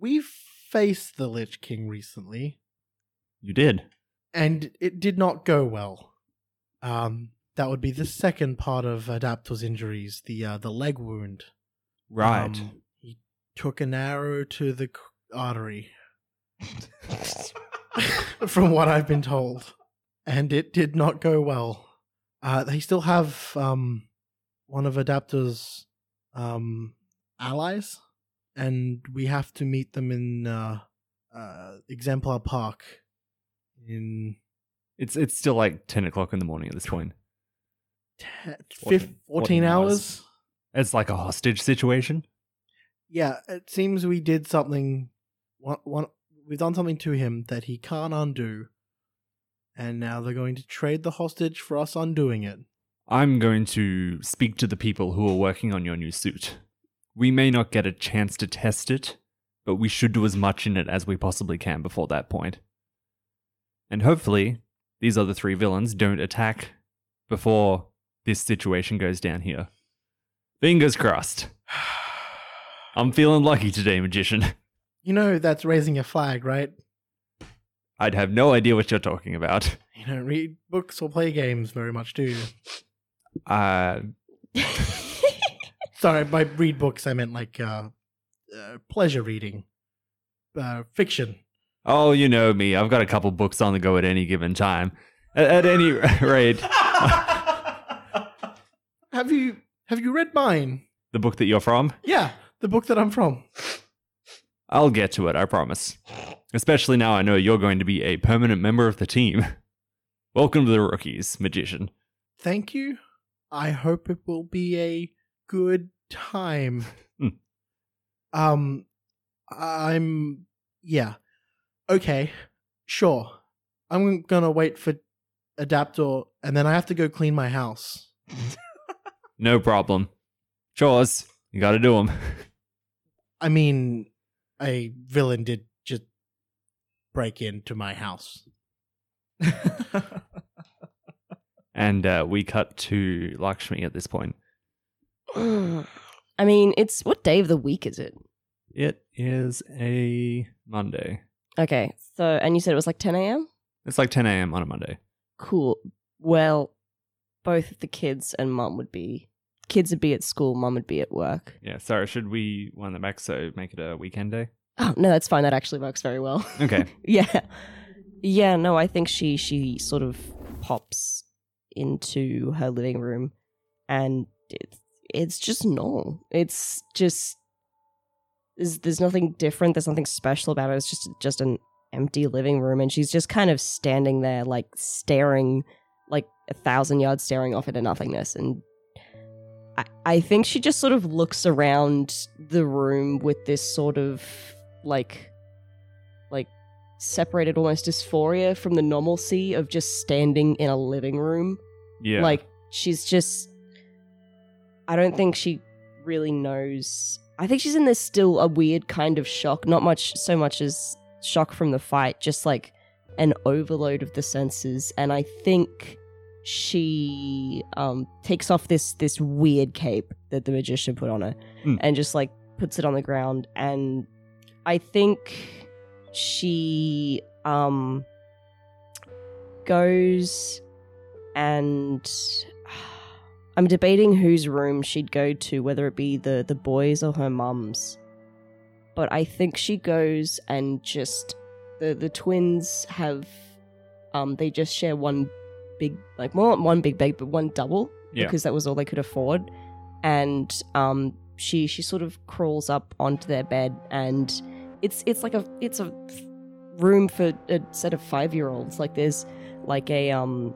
C: we faced the Lich King recently,
F: you did.
C: and it did not go well. Um, that would be the second part of Adaptor's injuries, the uh, the leg wound. Um, he took an arrow to the c- artery. from what I've been told. And it did not go well. Uh, they still have um, one of Adapter's um, allies, and we have to meet them in uh, uh, Exemplar Park. In
F: It's it's still like ten o'clock in the morning at this point.
C: te- fif- 14,
F: 14 hours.
C: hours?
F: It's like a hostage situation.
C: yeah, it seems we did something. One, one, we've done something to him that he can't undo, and now they're going to trade the hostage for us undoing it.
F: I'm going to speak to the people who are working on your new suit. We may not get a chance to test it, but we should do as much in it as we possibly can before that point. And hopefully, these other three villains don't attack before this situation goes down here. Fingers crossed. I'm feeling lucky today, magician.
C: You know that's raising a flag, right?
F: I'd have no idea what you're talking about.
C: You don't read books or play games very much, do you?
F: Uh,
C: Sorry, by read books I meant like uh, uh pleasure reading, uh, fiction.
F: Oh, you know me. I've got a couple books on the go at any given time. At, at any rate,
C: Have you have you read mine?
F: the book that you're from,
C: Yeah, the book that I'm from.
F: I'll get to it, I promise. Especially now I know you're going to be a permanent member of the team. Welcome to the rookies, magician.
C: Thank you. I hope it will be a good time.
F: Hmm.
C: um, I'm yeah, okay, sure. I'm gonna wait for adaptor, and then I have to go clean my house.
F: No problem. Chores, you gotta do them.
C: I mean, a villain did just break into my house.
F: And uh, we cut to Lakshmi at this point.
B: I mean, it's what day of the week is it?
F: It is a Monday.
B: Okay, so and you said it was like 10 a.m.
F: It's like 10 a.m. on a Monday.
B: Cool. Well, both of the kids and mum would be kids would be at school, mum would be at work.
F: Yeah, sorry, should we wind that back so make it a weekend day?
B: Oh no, that's fine. That actually works very well.
F: Okay.
B: yeah, yeah. No, I think she she sort of pops into her living room, and it's it's just normal. It's just there's, there's nothing different. There's nothing special about it. It's just just an empty living room, and she's just kind of standing there, like staring, like a thousand yards, staring off into nothingness, and. I- I think she just sort of looks around the room with this sort of like like separated almost dysphoria from the normalcy of just standing in a living room.
F: Yeah.
B: Like she's just I don't think she really knows. I think she's in this still a weird kind of shock, not much so much as shock from the fight, just like an overload of the senses and I think she um takes off this this weird cape that the magician put on her
F: Hmm.
B: and just like puts it on the ground and I think she um goes and I'm debating whose room she'd go to, whether it be the the boys or her mum's. But I think she goes and just the the twins have um they just share one big like well not one big bed but one double
F: Yeah.
B: because that was all they could afford. And um she she sort of crawls up onto their bed and it's it's like a it's a room for a set of five year olds. Like there's like a um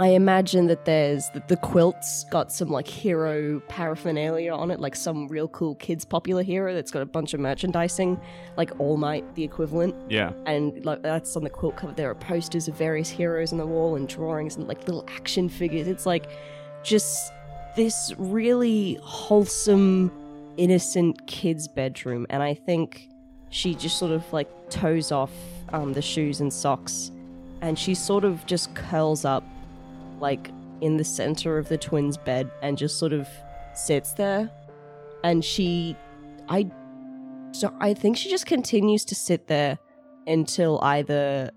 B: I imagine that there's that the quilt's got some like hero paraphernalia on it, like some real cool kids popular hero that's got a bunch of merchandising, like All Might, the equivalent,
F: yeah.
B: and like that's on the quilt cover. There are posters of various heroes on the wall and drawings and like little action figures. It's like just this really wholesome, innocent kid's bedroom, and I think she just sort of like toes off um, the shoes and socks, and she sort of just curls up like in the center of the twins' bed and just sort of sits there. And she, I, so I think she just continues to sit there until either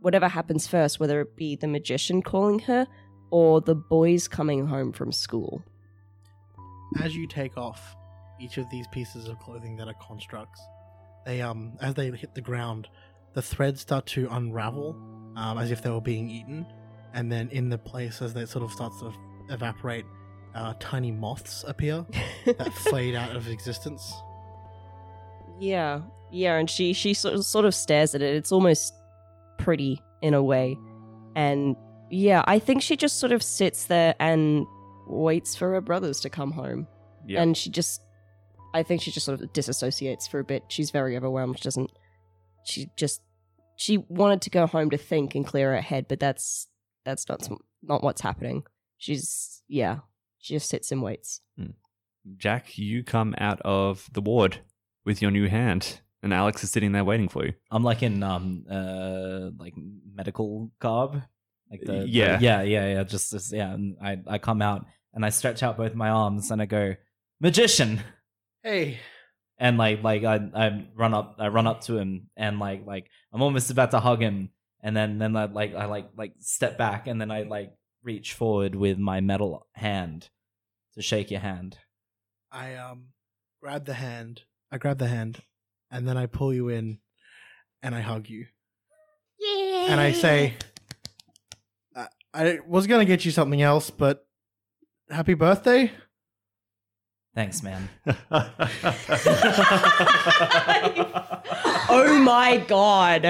B: whatever happens first, whether it be the magician calling her or the boys coming home from school.
C: As you take off each of these pieces of clothing that are constructs, they um as they hit the ground, the threads start to unravel, um, as if they were being eaten, and then in the place as they sort of starts to evaporate, uh, tiny moths appear that fade out of existence.
B: Yeah, yeah, and she she sort of, sort of stares at it. It's almost pretty in a way, and yeah, I think she just sort of sits there and waits for her brothers to come home,
F: Yeah.
B: and she just, I think she just sort of disassociates for a bit. She's very overwhelmed. She doesn't. She just she wanted to go home to think and clear her head, but that's that's not some- not what's happening. She's yeah, she just sits and waits.
F: Jack, you come out of the ward with your new hand, and Alex is sitting there waiting for you.
E: I'm like in um uh like medical garb. Like the, the-
F: Yeah.
E: yeah, yeah, yeah. Just this, yeah. And I I come out and I stretch out both my arms and I go magician
C: Hey,
E: and like like I I run up I run up to him and like like I'm almost about to hug him and then then I like I like like step back and then I like reach forward with my metal hand to shake your hand.
C: I um grab the hand. I grab the hand, and then I pull you in, and I hug you. Yeah. And I say, I, I was gonna get you something else, but happy birthday.
E: Thanks, man.
B: Oh my god.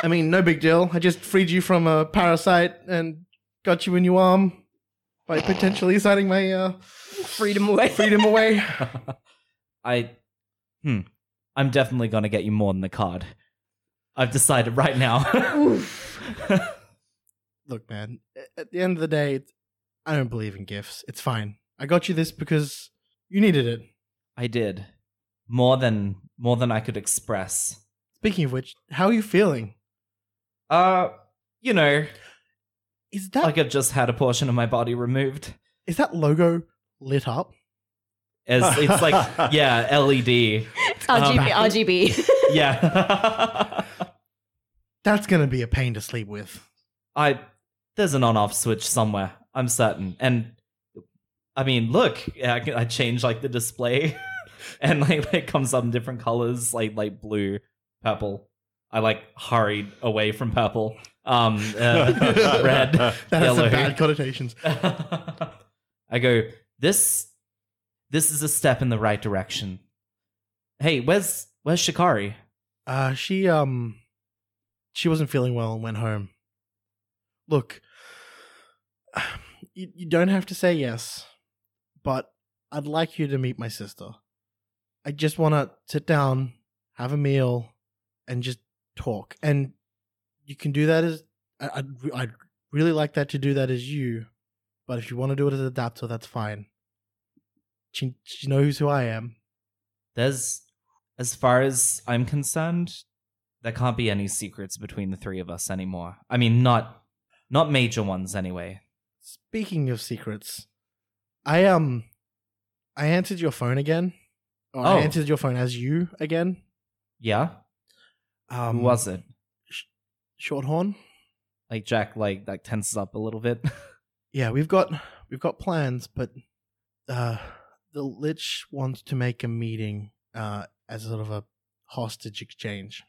C: I mean, no big deal. I just freed you from a parasite and got you in your arm by potentially signing my uh,
B: Freedom away.
C: freedom away.
E: I hmm. I'm definitely gonna get you more than the card. I've decided right now.
C: Look, man. a- At the end of the day, I don't believe in gifts. It's fine. I got you this because you needed it.
E: I did more than more than I could express.
C: Speaking of which, how are you feeling?
E: Uh, you know,
C: Is that is
E: like I've just had a portion of my body removed.
C: that logo lit up?
E: As it's like, yeah, E LED,
B: It's RGB. RGB.
E: yeah.
C: That's gonna be a pain to sleep with.
E: I there's an on-off switch somewhere. I'm certain. And I mean, look, yeah, I, can, I change like the display, and like it comes up in different colors, like like blue, purple. I like hurried away from purple, um, uh, red,
C: That has
E: yellow.
C: some bad connotations.
E: I go, this this is a step in the right direction. Hey, where's where's Shikari?
C: Uh, she um, she wasn't feeling well and went home. Look, you, you don't have to say yes, but I'd like you to meet my sister. I just want to sit down, have a meal, and just talk. And you can do that as I, I'd I'd really like that to do that as you, but if you want to do it as a adapter, that's fine. She she knows who I am.
E: There's as far as I'm concerned, there can't be any secrets between the three of us anymore. I mean not not major ones anyway.
C: Speaking of secrets, I um, I answered your phone again. Or I
E: Oh.
C: answered your phone as you again.
E: Yeah?
C: Um,
E: Who was it?
C: Shorthorn?
E: Like Jack like like tenses up a little bit.
C: Yeah, we've got we've got plans, but uh, the Lich wants to make a meeting uh, as sort of a hostage exchange.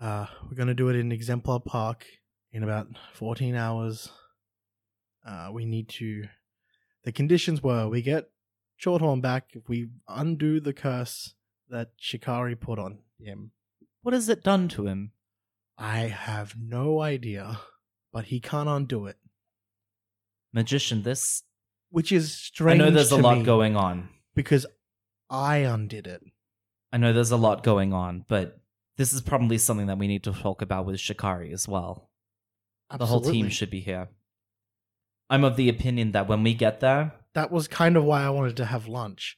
C: Uh, we're gonna do it in Exemplar Park in about fourteen hours. Uh, we need to. The conditions were we get Shorthorn back if we undo the curse that Shikari put on him.
E: what has it done to him?
C: I have no idea, but he can't undo it,
E: Magician, this
C: which is strange.
E: I know there's a
C: to
E: lot
C: me.
E: going on.
C: because I undid it.
E: I know there's a lot going on, but this is probably something that we need to talk about with Shikari as well. The whole team
C: Absolutely.
E: should be here. I'm of the opinion that when we get there,
C: That was kind of why I wanted to have lunch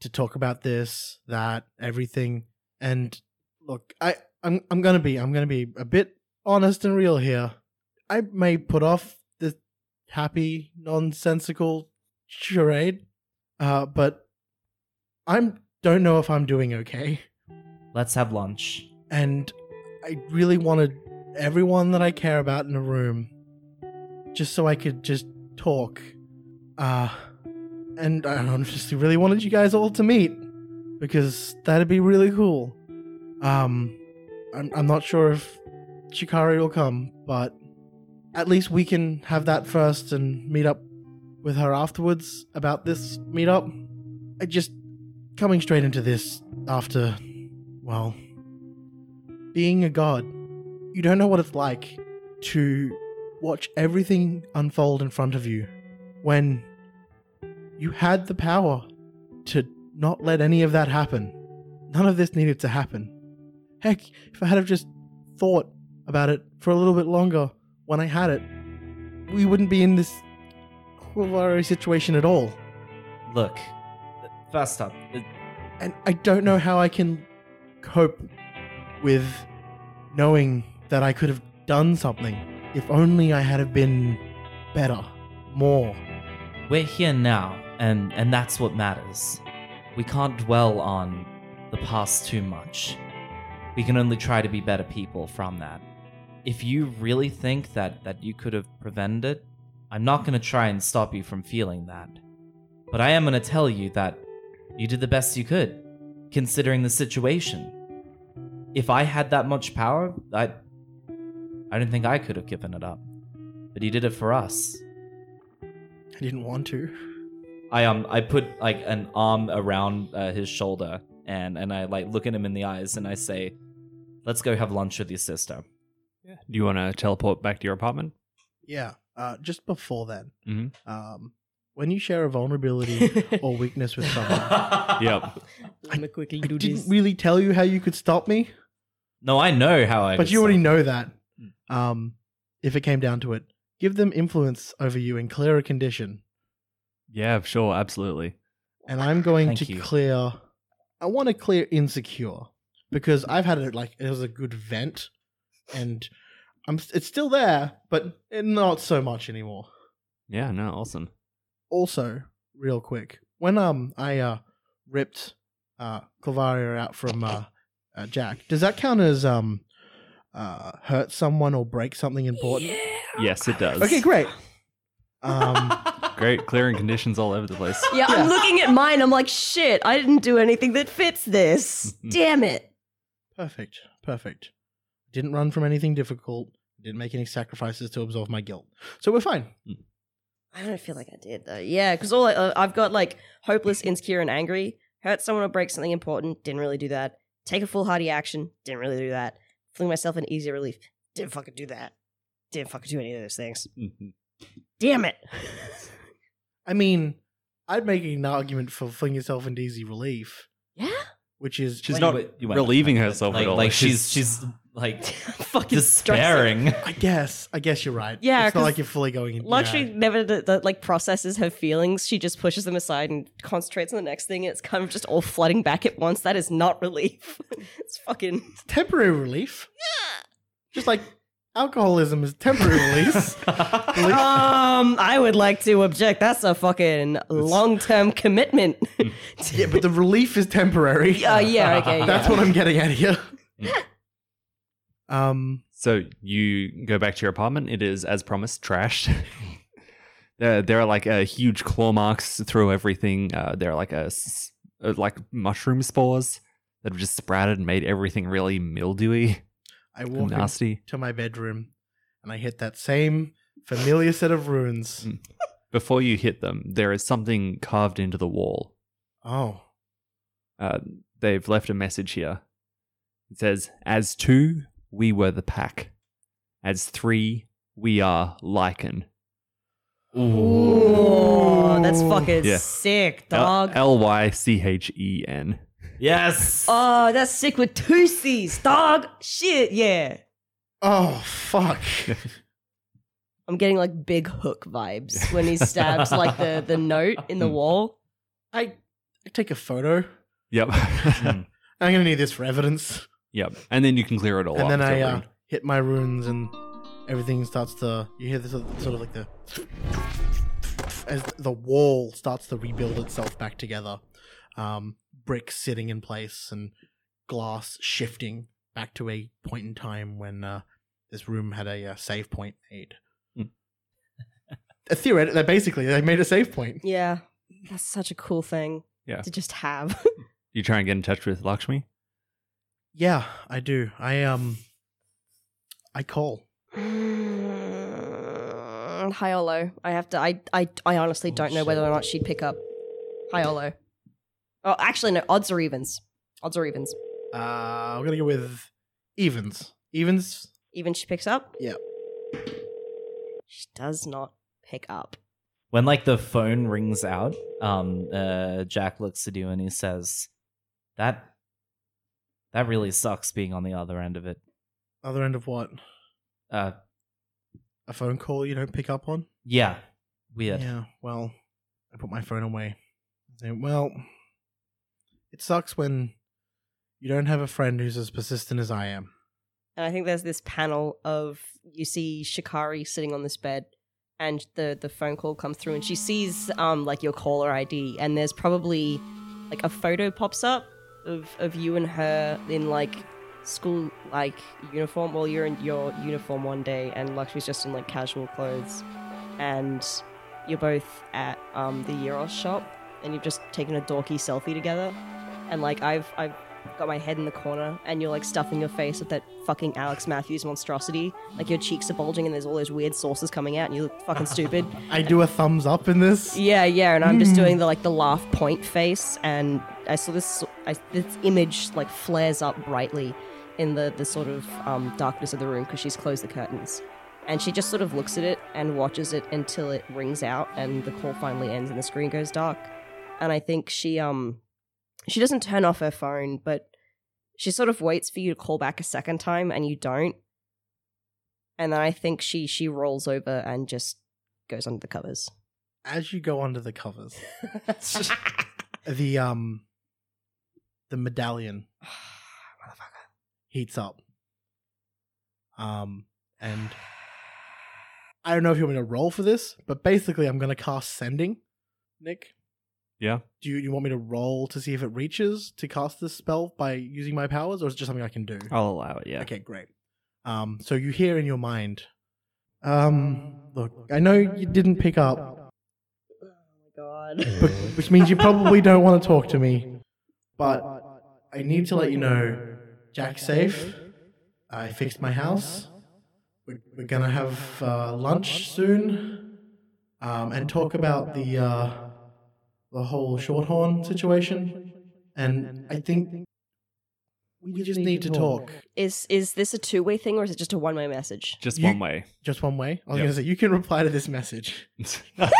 C: to talk about this, that, everything. And look, I I'm I'm gonna be I'm gonna be a bit honest and real here. I may put off the happy nonsensical charade, uh, but I'm don't know if I'm doing okay.
E: let's have lunch.
C: and I really wanted everyone that I care about in the room just so I could just talk. Uh, and I honestly really wanted you guys all to meet because that'd be really cool. Um, I'm, I'm not sure if Shikari will come, but at least we can have that first and meet up with her afterwards about this meetup. I just coming straight into this after, well, being a god, you don't know what it's like to watch everything unfold in front of you when you had the power to not let any of that happen. None of this needed to happen. Heck, if I had have just thought about it for a little bit longer when I had it, we wouldn't be in this horrible situation at all.
E: Look, first up, it-
C: and I don't know how I can cope with knowing that I could have done something if only I had have been better, more.
E: we're here now, and, and that's what matters. We can't dwell on the past too much. We can only try to be better people from that. If you really think that, that you could have prevented it, I'm not going to try and stop you from feeling that. But I am going to tell you that you did the best you could, considering the situation. If I had that much power, I, I don't think I could have given it up. But you did it for us,
C: I didn't want to.
E: I um I put like an arm around uh, his shoulder and and I like look at him in the eyes and I say, "Let's go have lunch with your sister."
F: Do you want to teleport back to your apartment?
C: Yeah. Uh, just before then,
F: Mhm.
C: um, when you share a vulnerability or weakness with someone,
F: Yep.
B: Let me quickly
C: I didn't really tell you how you could stop me,
E: No, I know how I.
C: but
E: could
C: you already
E: stop.
C: Mm. know that. Um, if it came down to it, Give them influence over you and clear a condition.
F: Yeah, sure, absolutely.
C: And I'm going
E: Thank
C: to
E: you.
C: clear. I want to clear insecure because
E: Mm-hmm.
C: I've had it like it was a good vent, and I'm it's still there, but not so much anymore.
F: Yeah, no, awesome.
C: also real quick when um i uh ripped uh clavaria out from uh, uh jack does that count as um uh hurt someone or break something important
F: Yes, it does.
C: okay great um
F: Great clearing conditions all over the place.
B: Yeah, I'm
C: Yeah.
B: looking at mine. I'm like, shit, I didn't do anything that fits this.
C: Mm-hmm.
B: Damn it.
C: perfect perfect didn't run from anything difficult didn't make any sacrifices to absolve my guilt so we're fine
B: I don't feel like I did though. Yeah, because all I, uh, I've got like hopeless, insecure, and angry. Hurt someone or break something important. Didn't really do that. Take a foolhardy action. Didn't really do that. Fling myself in easy relief. Didn't fucking do that. Didn't fucking do any of those things.
E: Hmm.
B: Damn it.
C: i mean i'd make an argument for flinging yourself into easy relief
B: Yeah.
C: which is
F: She's
E: Like,
F: not
E: but you went-
F: relieving herself
E: like,
F: at all.
E: Like she's she's like
B: fucking stressing.
C: i
E: despairing.
C: guess i guess you're right
B: Yeah,
C: it's not
B: 'cause
C: like you're fully going in
B: Luxury
C: yeah.
B: never d d- like processes her feelings. She just pushes them aside and concentrates on the next thing. It's kind of just all flooding back at once. That is not relief. it's fucking
C: temporary relief. Yeah. Just like alcoholism is temporary release.
B: um, I would like to object. That's a fucking long term commitment.
C: yeah, but the relief is temporary.
B: Uh, yeah, okay.
C: That's
B: yeah.
C: what I'm getting at here. um,
F: So you go back to your apartment. It is, as promised, trashed. there, there are like uh, huge claw marks through everything. Uh, there are like a, s- uh, like mushroom spores that have just sprouted and made everything really mildewy
C: I
F: and
C: walk
F: nasty.
C: into my bedroom and I hit that same familiar set of runes.
F: Mm. Before you hit them, there is something carved into the wall.
C: Oh,
F: Uh, they've left a message here. It says, "As two, we were the pack. As three, we are lichen."
B: Ooh, that's fucking
F: Yeah.
B: sick,
F: L-
B: dog.
F: L-Y-C-H-E-N.
E: yes.
B: oh, that's sick with two C's, dog. Shit, yeah.
C: oh, fuck.
B: I'm getting like big hook vibes when he stabs like the the note in the
F: Hmm.
B: wall.
C: I, I take a photo.
F: Yep.
C: I'm gonna need this for evidence.
F: yep. And then you can clear it all
C: and
F: up.
C: then I
F: Don't
C: uh,
F: worry.
C: hit my runes, and everything starts to. You hear this sort of sort of like the as the wall starts to rebuild itself back together, um, bricks sitting in place and glass shifting back to a point in time when uh, this room had a uh, save point made.
F: Hmm.
C: Theoretically, they basically they made a save point.
B: Yeah, that's such a cool thing
F: Yeah.
B: to just have.
F: you try and get in touch with Lakshmi?
C: Yeah, I do. I um, I call.
B: Mm, High or low? I have to. I I, I honestly don't know whether or not she'd pick up. High or low? Oh, actually, no. Odds or evens? Odds or evens?
C: Uh, I'm gonna go with evens. Evens
B: Even she picks up.
C: Yeah.
B: She does not pick up.
E: when like the phone rings out, um, uh, Jack looks at you and he says, "That, that really sucks being on the other end of it."
C: Other end of what?
E: Uh,
C: A phone call you don't pick up on?
E: yeah, weird.
C: Yeah. Well, I put my phone away. I say, well, it sucks when you don't have a friend who's as persistent as I am.
B: And I think there's this panel of you see Shikari sitting on this bed, and the the phone call comes through, and she sees um like your caller ID, and there's probably like a photo pops up of of you and her in like school like uniform. Well, you're in your uniform one day, and Luxury's just in like casual clothes, and you're both at um the Euros shop, and you've just taken a dorky selfie together, and like I've I've got my head in the corner and you're like stuffing your face with that fucking Alex Matthews monstrosity. Like your cheeks are bulging and there's all those weird sauces coming out and you look fucking stupid.
C: I do a thumbs up in this.
B: yeah, yeah, and I'm just doing the like the laugh point face and I saw this I, this image like flares up brightly in the the sort of um, darkness of the room because she's closed the curtains. And she just sort of looks at it and watches it until it rings out and the call finally ends and the screen goes dark. And I think she um she doesn't turn off her phone, but she sort of waits for you to call back a second time and you don't. and then I think she she rolls over and just goes under the covers.
C: As you go under the covers, the um, the medallion heats up. Um, and I don't know if you want me to roll for this, but basically, I'm gonna cast sending. Nick,
F: Yeah.
C: do you, you want me to roll to see if it reaches to cast this spell by using my powers, or is it just something I can do?
F: I'll allow it. Yeah.
C: Okay, great. Um, so you hear in your mind, um, look, I know you didn't pick up, Oh
B: God.
C: but, which means you probably don't want to talk to me, but I need to let you know Jack's safe. I fixed my house. We're, we're going to have uh, lunch soon um, and talk about the, uh, the whole Shorthorn situation. And I think we just need to talk.
B: Is is this a two way thing or is it just a one way message?
F: Just
C: You-
F: one way.
C: Just one way. I was
F: Yep.
C: going to say, you can reply to this message.
B: Waits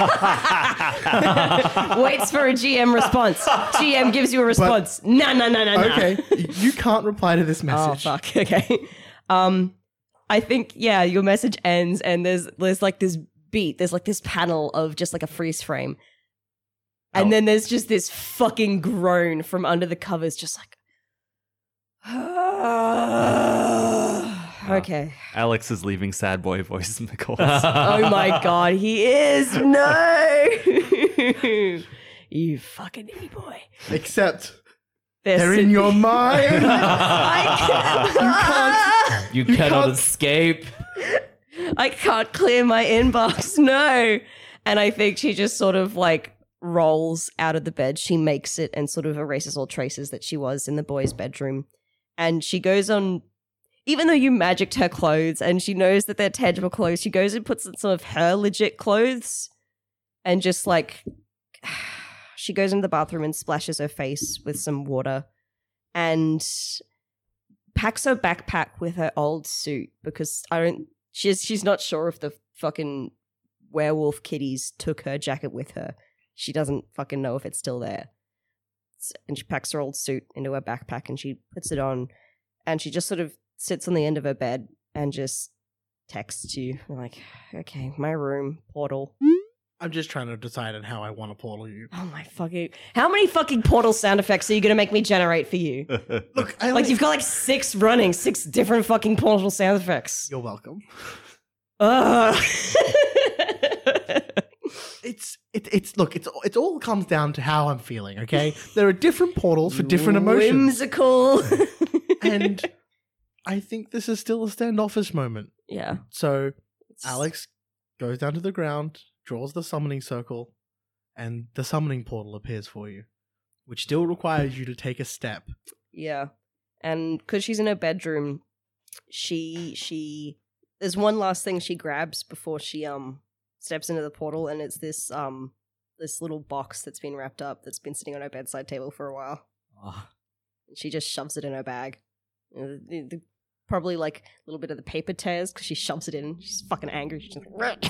B: for a GM response. GM gives you a response. No, no, no, no, no.
C: okay, you can't reply to this
B: Oh
C: message.
B: fuck. Okay. Um, I think yeah, your message ends and there's there's like this beat. There's like this panel of just like a freeze frame,
C: Oh.
B: and then there's just this fucking groan from under the covers, just like.
C: Ah.
B: okay.
F: Alex is leaving sad boy voice in the calls.
B: Oh my god, he is no. you fucking e boy.
C: Except
B: They're
C: they're in
B: sitting-
C: your mind.
B: I can't.
E: You cannot
C: can't-
E: escape.
B: I can't clear my inbox. No. And I think she just sort of like rolls out of the bed. She makes it and sort of erases all traces that she was in the boy's bedroom. And she goes on, even though you magicked her clothes and she knows that they're tangible clothes, she goes and puts in some of her legit clothes and just like she goes into the bathroom and splashes her face with some water and packs her backpack with her old suit because I don't She's she's not sure if the fucking werewolf kitties took her jacket with her. She doesn't fucking know if it's still there. S- And she packs her old suit into her backpack and she puts it on and she just sort of sits on the end of her bed and just texts you like, okay, my room, portal.
C: I'm just trying to decide on how I want to portal you.
B: Oh my fucking How many fucking portal sound effects are you gonna make me generate for you?
C: Look, I
B: Like you've got like six running, six different fucking portal sound effects.
C: You're welcome.
B: Ugh.
C: It's it, it's look. It's it's all comes down to how I'm feeling. Okay, there are different portals for different emotions,
B: Whimsical.
C: and I think this is still a standoffish moment.
B: yeah.
C: So Alex goes down to the ground, draws the summoning circle, and the summoning portal appears for you, which still requires you to take a step.
B: Yeah. And because she's in her bedroom, she she there's one last thing she grabs before she um steps into the portal and it's this um this little box that's been wrapped up that's been sitting on her bedside table for a while. She just shoves it in her bag. Uh, the- the- probably like a little bit of the paper tears because she shoves it in. She's fucking angry. She's just like,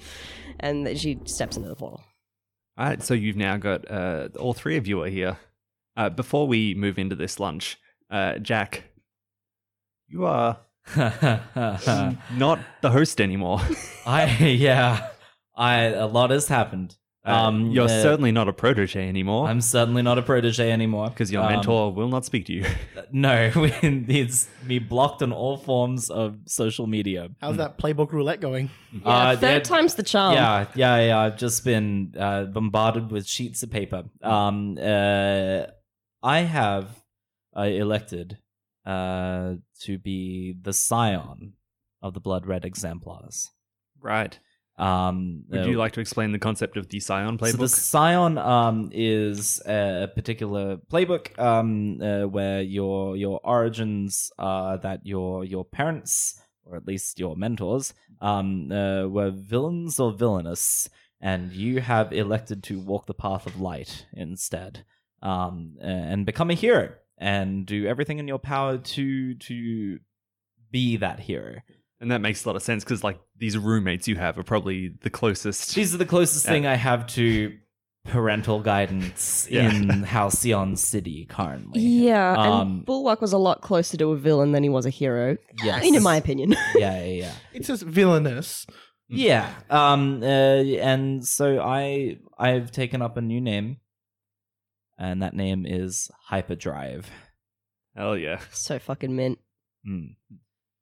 B: and then she steps into the portal.
F: All right, so you've now got uh, all three of you are here. Uh, before we move into this lunch, uh, Jack, you are
E: I
F: not the host anymore.
E: yeah. I a lot has happened.
F: Uh,
E: Um,
F: you're
E: uh,
F: certainly not a protege anymore
E: I'm certainly not a protege anymore
F: because your
E: Um,
F: mentor will not speak to you.
E: No, it's me blocked on all forms of social media.
C: How's that playbook roulette going?
B: Yeah,
E: Uh,
B: third
E: that-
B: time's the
F: Um,
B: charm.
E: Yeah, yeah, yeah. I've just been uh, bombarded with sheets of paper. Um, uh, I have uh, elected uh, to be the scion of the Blood Red Exemplars.
F: Right.
E: Um,
F: Would
E: uh,
F: you like to explain the concept of the Scion
E: So the
F: playbook?
E: Scion um, is a particular playbook um, uh, where your your origins are that your your parents or at least your mentors um, uh, were villains or villainous, and you have elected to walk the path of light instead um, and become a hero and do everything in your power to to be that hero.
F: and that makes a lot of sense because, like, these roommates you have are probably the closest.
E: These are the closest
F: Yeah.
E: thing I have to parental guidance
F: Yeah.
E: in Halcyon City currently.
B: Yeah,
E: Um,
B: and Bulwark was a lot closer to a villain than he was a hero. I
E: Yes.
B: mean, in my opinion.
E: Yeah, yeah, yeah.
C: It's just villainous.
F: Mm-hmm.
E: Yeah. Um. Uh, and so I I've taken up a new name, and that name is Hyperdrive.
F: Hell yeah.
B: so fucking mint.
E: Mm.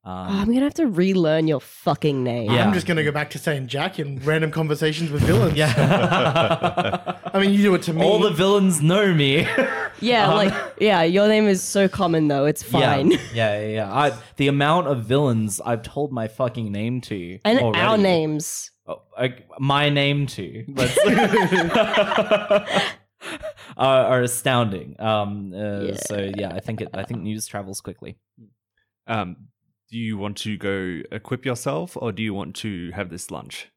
B: Oh, I'm
E: Um,
B: gonna have to relearn your fucking name.
E: Yeah.
C: I'm just gonna go back to saying Jack in random conversations with villains.
E: yeah.
C: I mean, you do it to me.
E: All the villains know me.
B: Yeah,
E: Um,
B: like yeah, your name is so common though. It's fine.
E: Yeah, yeah, yeah. yeah. I, the amount of villains I've told my fucking name to,
B: And
E: already.
B: our names.
E: oh, I- my name to, let's, are, are astounding. Um, uh,
B: Yeah.
E: So yeah, I think it, I think news travels quickly.
F: Um, do you want to go equip yourself, or do you want to have this lunch?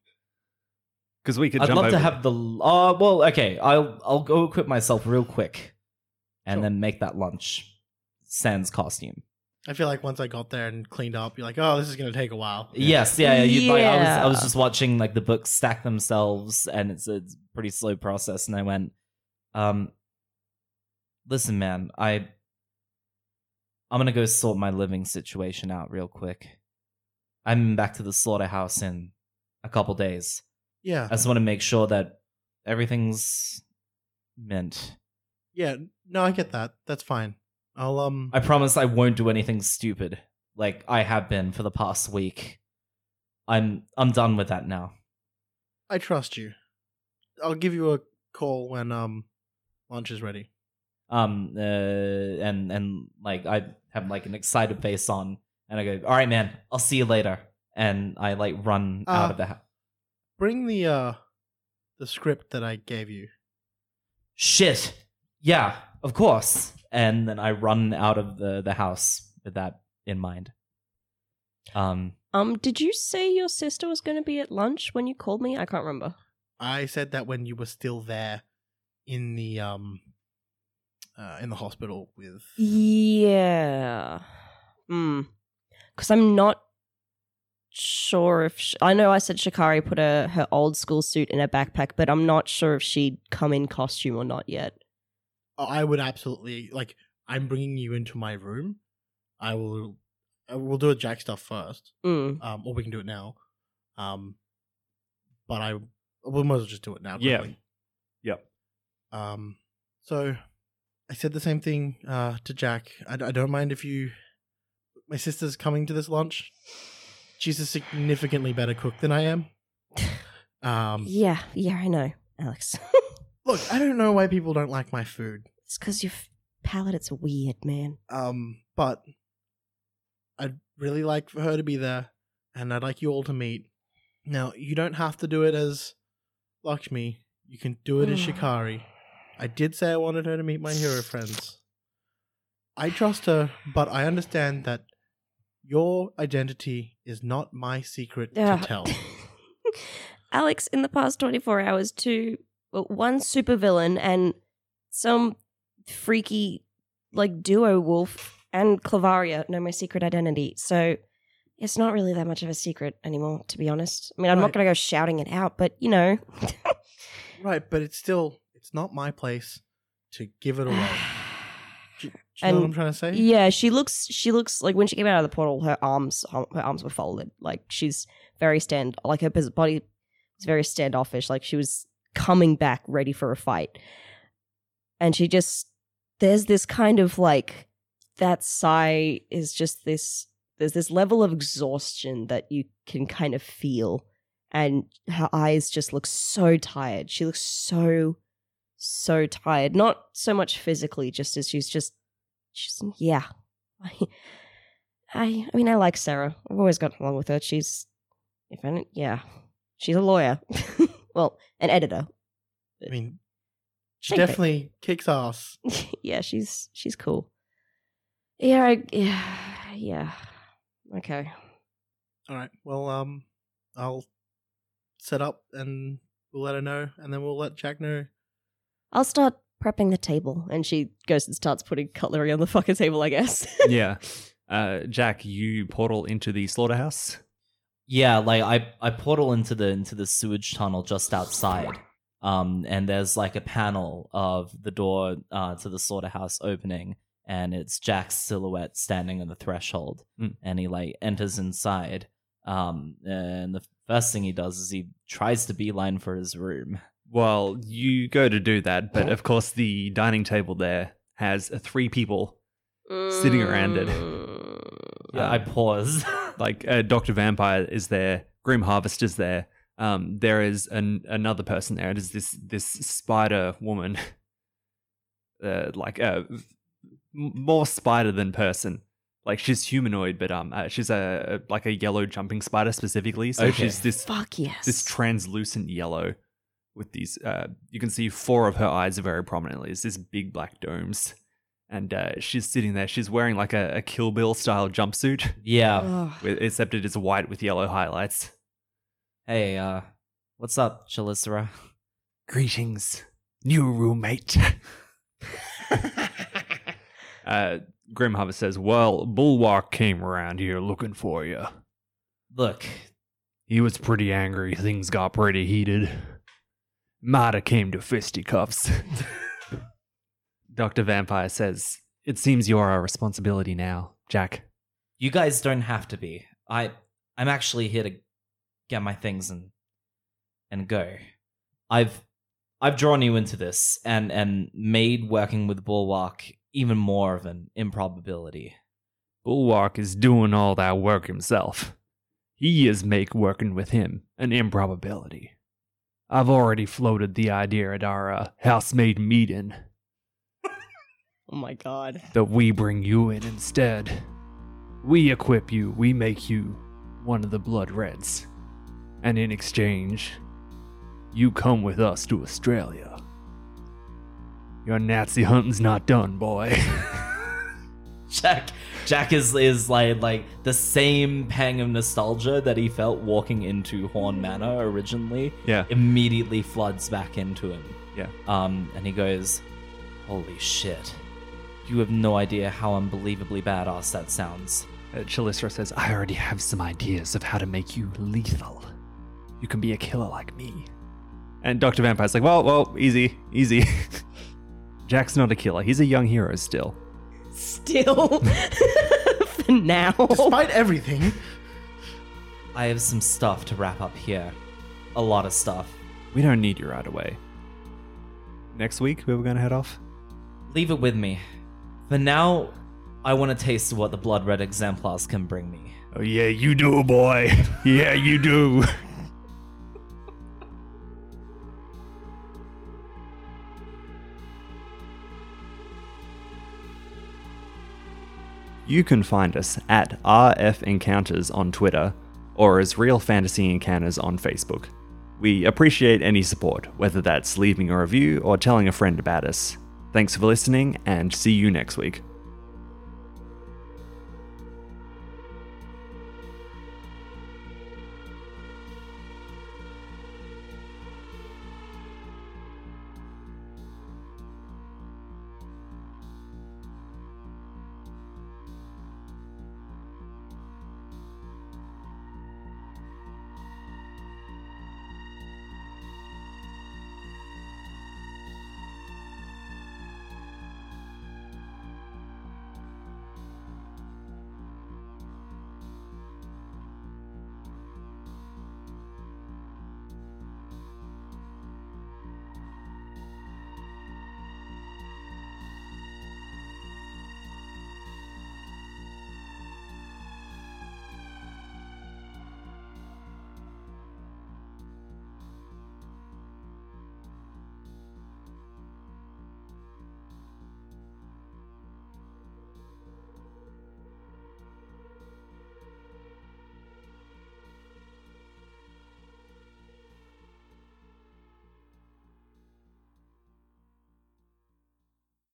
F: Because we could
E: I'd
F: jump
E: love
F: over.
E: to have the. Uh, well, okay, I'll I'll go equip myself real quick, and
C: Sure.
E: then make that lunch. Sans costume.
C: I feel like once I got there and cleaned up, you're like, oh, this is gonna take a while.
E: Yes, yeah, yeah. You'd Like, I was I was
B: Yeah.
E: just watching like the books stack themselves, and it's a pretty slow process. And I went, um, listen, man, I I'm gonna go sort my living situation out real quick. I'm back to the slaughterhouse in a couple days.
C: Yeah.
E: I just want to make sure that everything's mint.
C: Yeah. No, I get that. That's fine. I'll um.
E: I promise I won't do anything stupid like I have been for the past week. I'm I'm done with that now.
C: I trust you. I'll give you a call when um lunch is ready.
E: um uh, and and like i have like an excited face on and i go all right man i'll see you later and i like run
C: Uh,
E: out of the house
C: Bring the uh the script that I gave you.
E: shit yeah of course and then i run out of the the house with that in mind um
B: Um, did you say your sister was gonna be at lunch when you called me? I can't remember.
C: I said that when you were still there in the um uh, in the hospital with
B: Yeah. Hmm. Because I'm not sure if sh I know I said Shikari put a, her old school suit in a backpack, but I'm not sure if she'd come in costume or not yet.
C: Oh, I would absolutely like. I'm bringing you into my room. I will. I will do a Jack stuff first,
B: Mm.
C: um, or we can do it now. Um, but I we might as well just do it now.
F: Yeah.
C: Quickly.
F: Yep.
C: Um. So, I said the same thing uh, to Jack. I, d- I don't mind if you. My sister's coming to this lunch. She's a significantly better cook than I am. Um.
B: Yeah, yeah, I know, Alex.
C: Look, I don't know why people don't like my food.
B: it's because your f- palate, it's weird, man.
C: Um, but I'd really like for her to be there, and I'd like you all to meet. Now, you don't have to do it as Lakshmi. You can do
B: Hmm.
C: it as Shikari. I did say I wanted her to meet my hero friends. I trust her, but I understand that your identity is not my secret
B: Ugh.
C: to tell.
B: Uh, Alex, in the past 24 hours, two, well, one supervillain and some freaky, like, duo wolf and Clavaria know my secret identity. So it's not really that much of a secret anymore, to be honest. I mean, I'm not
C: Right.
B: going to go shouting it out, but you know.
C: Right, but it's still it's not my place to give it away. Do, do you know what
B: And-
C: I'm trying to say?
B: yeah, she looks, she looks like when she came out of the portal, her arms, her arms were folded. Like, she's very stand, like, her pos- body was very standoffish. Like, she was coming back ready for a fight. and she just there's this kind of like that sigh is just this there's this level of exhaustion that you can kind of feel and her eyes just look so tired she looks so so tired not so much physically just as she's just she's yeah i i, I mean i like sarah i've always gotten along with her she's if i don't yeah she's a lawyer well an editor
C: I mean, she
B: Thank you.
C: definitely kicks ass.
B: yeah, she's she's cool. Yeah, I, yeah, yeah. Okay.
C: All right. Well, um, I'll set up and we'll let her know, and then we'll let Jack know.
B: I'll start prepping the table, and she goes and starts putting cutlery on the fucking table. I guess.
F: yeah. Uh, Jack, you portal into the slaughterhouse.
E: yeah like i i portal into the into the sewage tunnel just outside Um, and there's like a panel of the door uh, to the slaughterhouse opening, and it's Jack's silhouette standing on the threshold.
F: Mm.
E: And he like enters inside. Um, and the first thing he does is he tries to beeline for his room.
F: Well, you go to do that, but of course the dining table there has uh, three people, Sitting around it.
E: I I pause.
F: like uh, Doctor Vampire is there, Grim Harvest is there. Um, there is an, another person there. It is this this spider woman, uh, like uh, m- more spider than person. Like she's humanoid, but um, uh, she's a like a yellow jumping spider specifically. So
E: Okay.
F: she's this
B: Fuck yes.
F: this translucent yellow with these uh, you can see four of her eyes very prominently it's this big black domes and uh, she's sitting there she's wearing like a, a kill bill style jumpsuit
E: yeah.
B: Ugh.
F: with- except it is white with yellow highlights
E: Hey, uh, what's up, Chalicera?
F: greetings new roommate uh, grim harvest says well bulwark came around here looking for you
E: Look,
D: He was pretty angry. Things got pretty heated.
F: Mata came to fisticuffs. Dr. Vampire says, It seems you're our responsibility now, Jack.
E: you guys don't have to be. I I'm actually here to get my things and and go. I've I've drawn you into this and and made working with Bulwark even more of an improbability.
F: Bulwark is doing all that work himself. He is make working with him an improbability. I've already floated the idea at our uh, housemaid meeting
B: Oh my god.
F: that we bring you in instead. We equip you, we make you one of the Blood Reds. And in exchange, you come with us to Australia. Your Nazi hunting's not done, boy.
E: Jack Jack is is like like the same pang of nostalgia that he felt walking into Horn Manor originally.
F: Yeah.
E: Immediately floods back into him.
F: Yeah.
E: Um, and he goes, "Holy shit! You have no idea how unbelievably badass that sounds."
F: Uh, Chalicera says, I already have some ideas of how to make you lethal. You can be a killer like me. And Dr. Vampire's like, well, well, easy, easy. Jack's not a killer. He's a young hero still.
B: Still for now.
C: Despite everything,
E: I have some stuff to wrap up here. A lot of stuff.
F: We don't need you right away. Next week, we were going to head off.
E: Leave it with me. For now, I want to taste what the Blood Red Exemplars can bring me.
D: Oh, yeah, you do, boy. Yeah, you do.
F: You can find us at RF Encounters on Twitter or as Real Fantasy Encounters on Facebook. We appreciate any support, whether that's leaving a review or telling a friend about us. Thanks for listening and see you next week.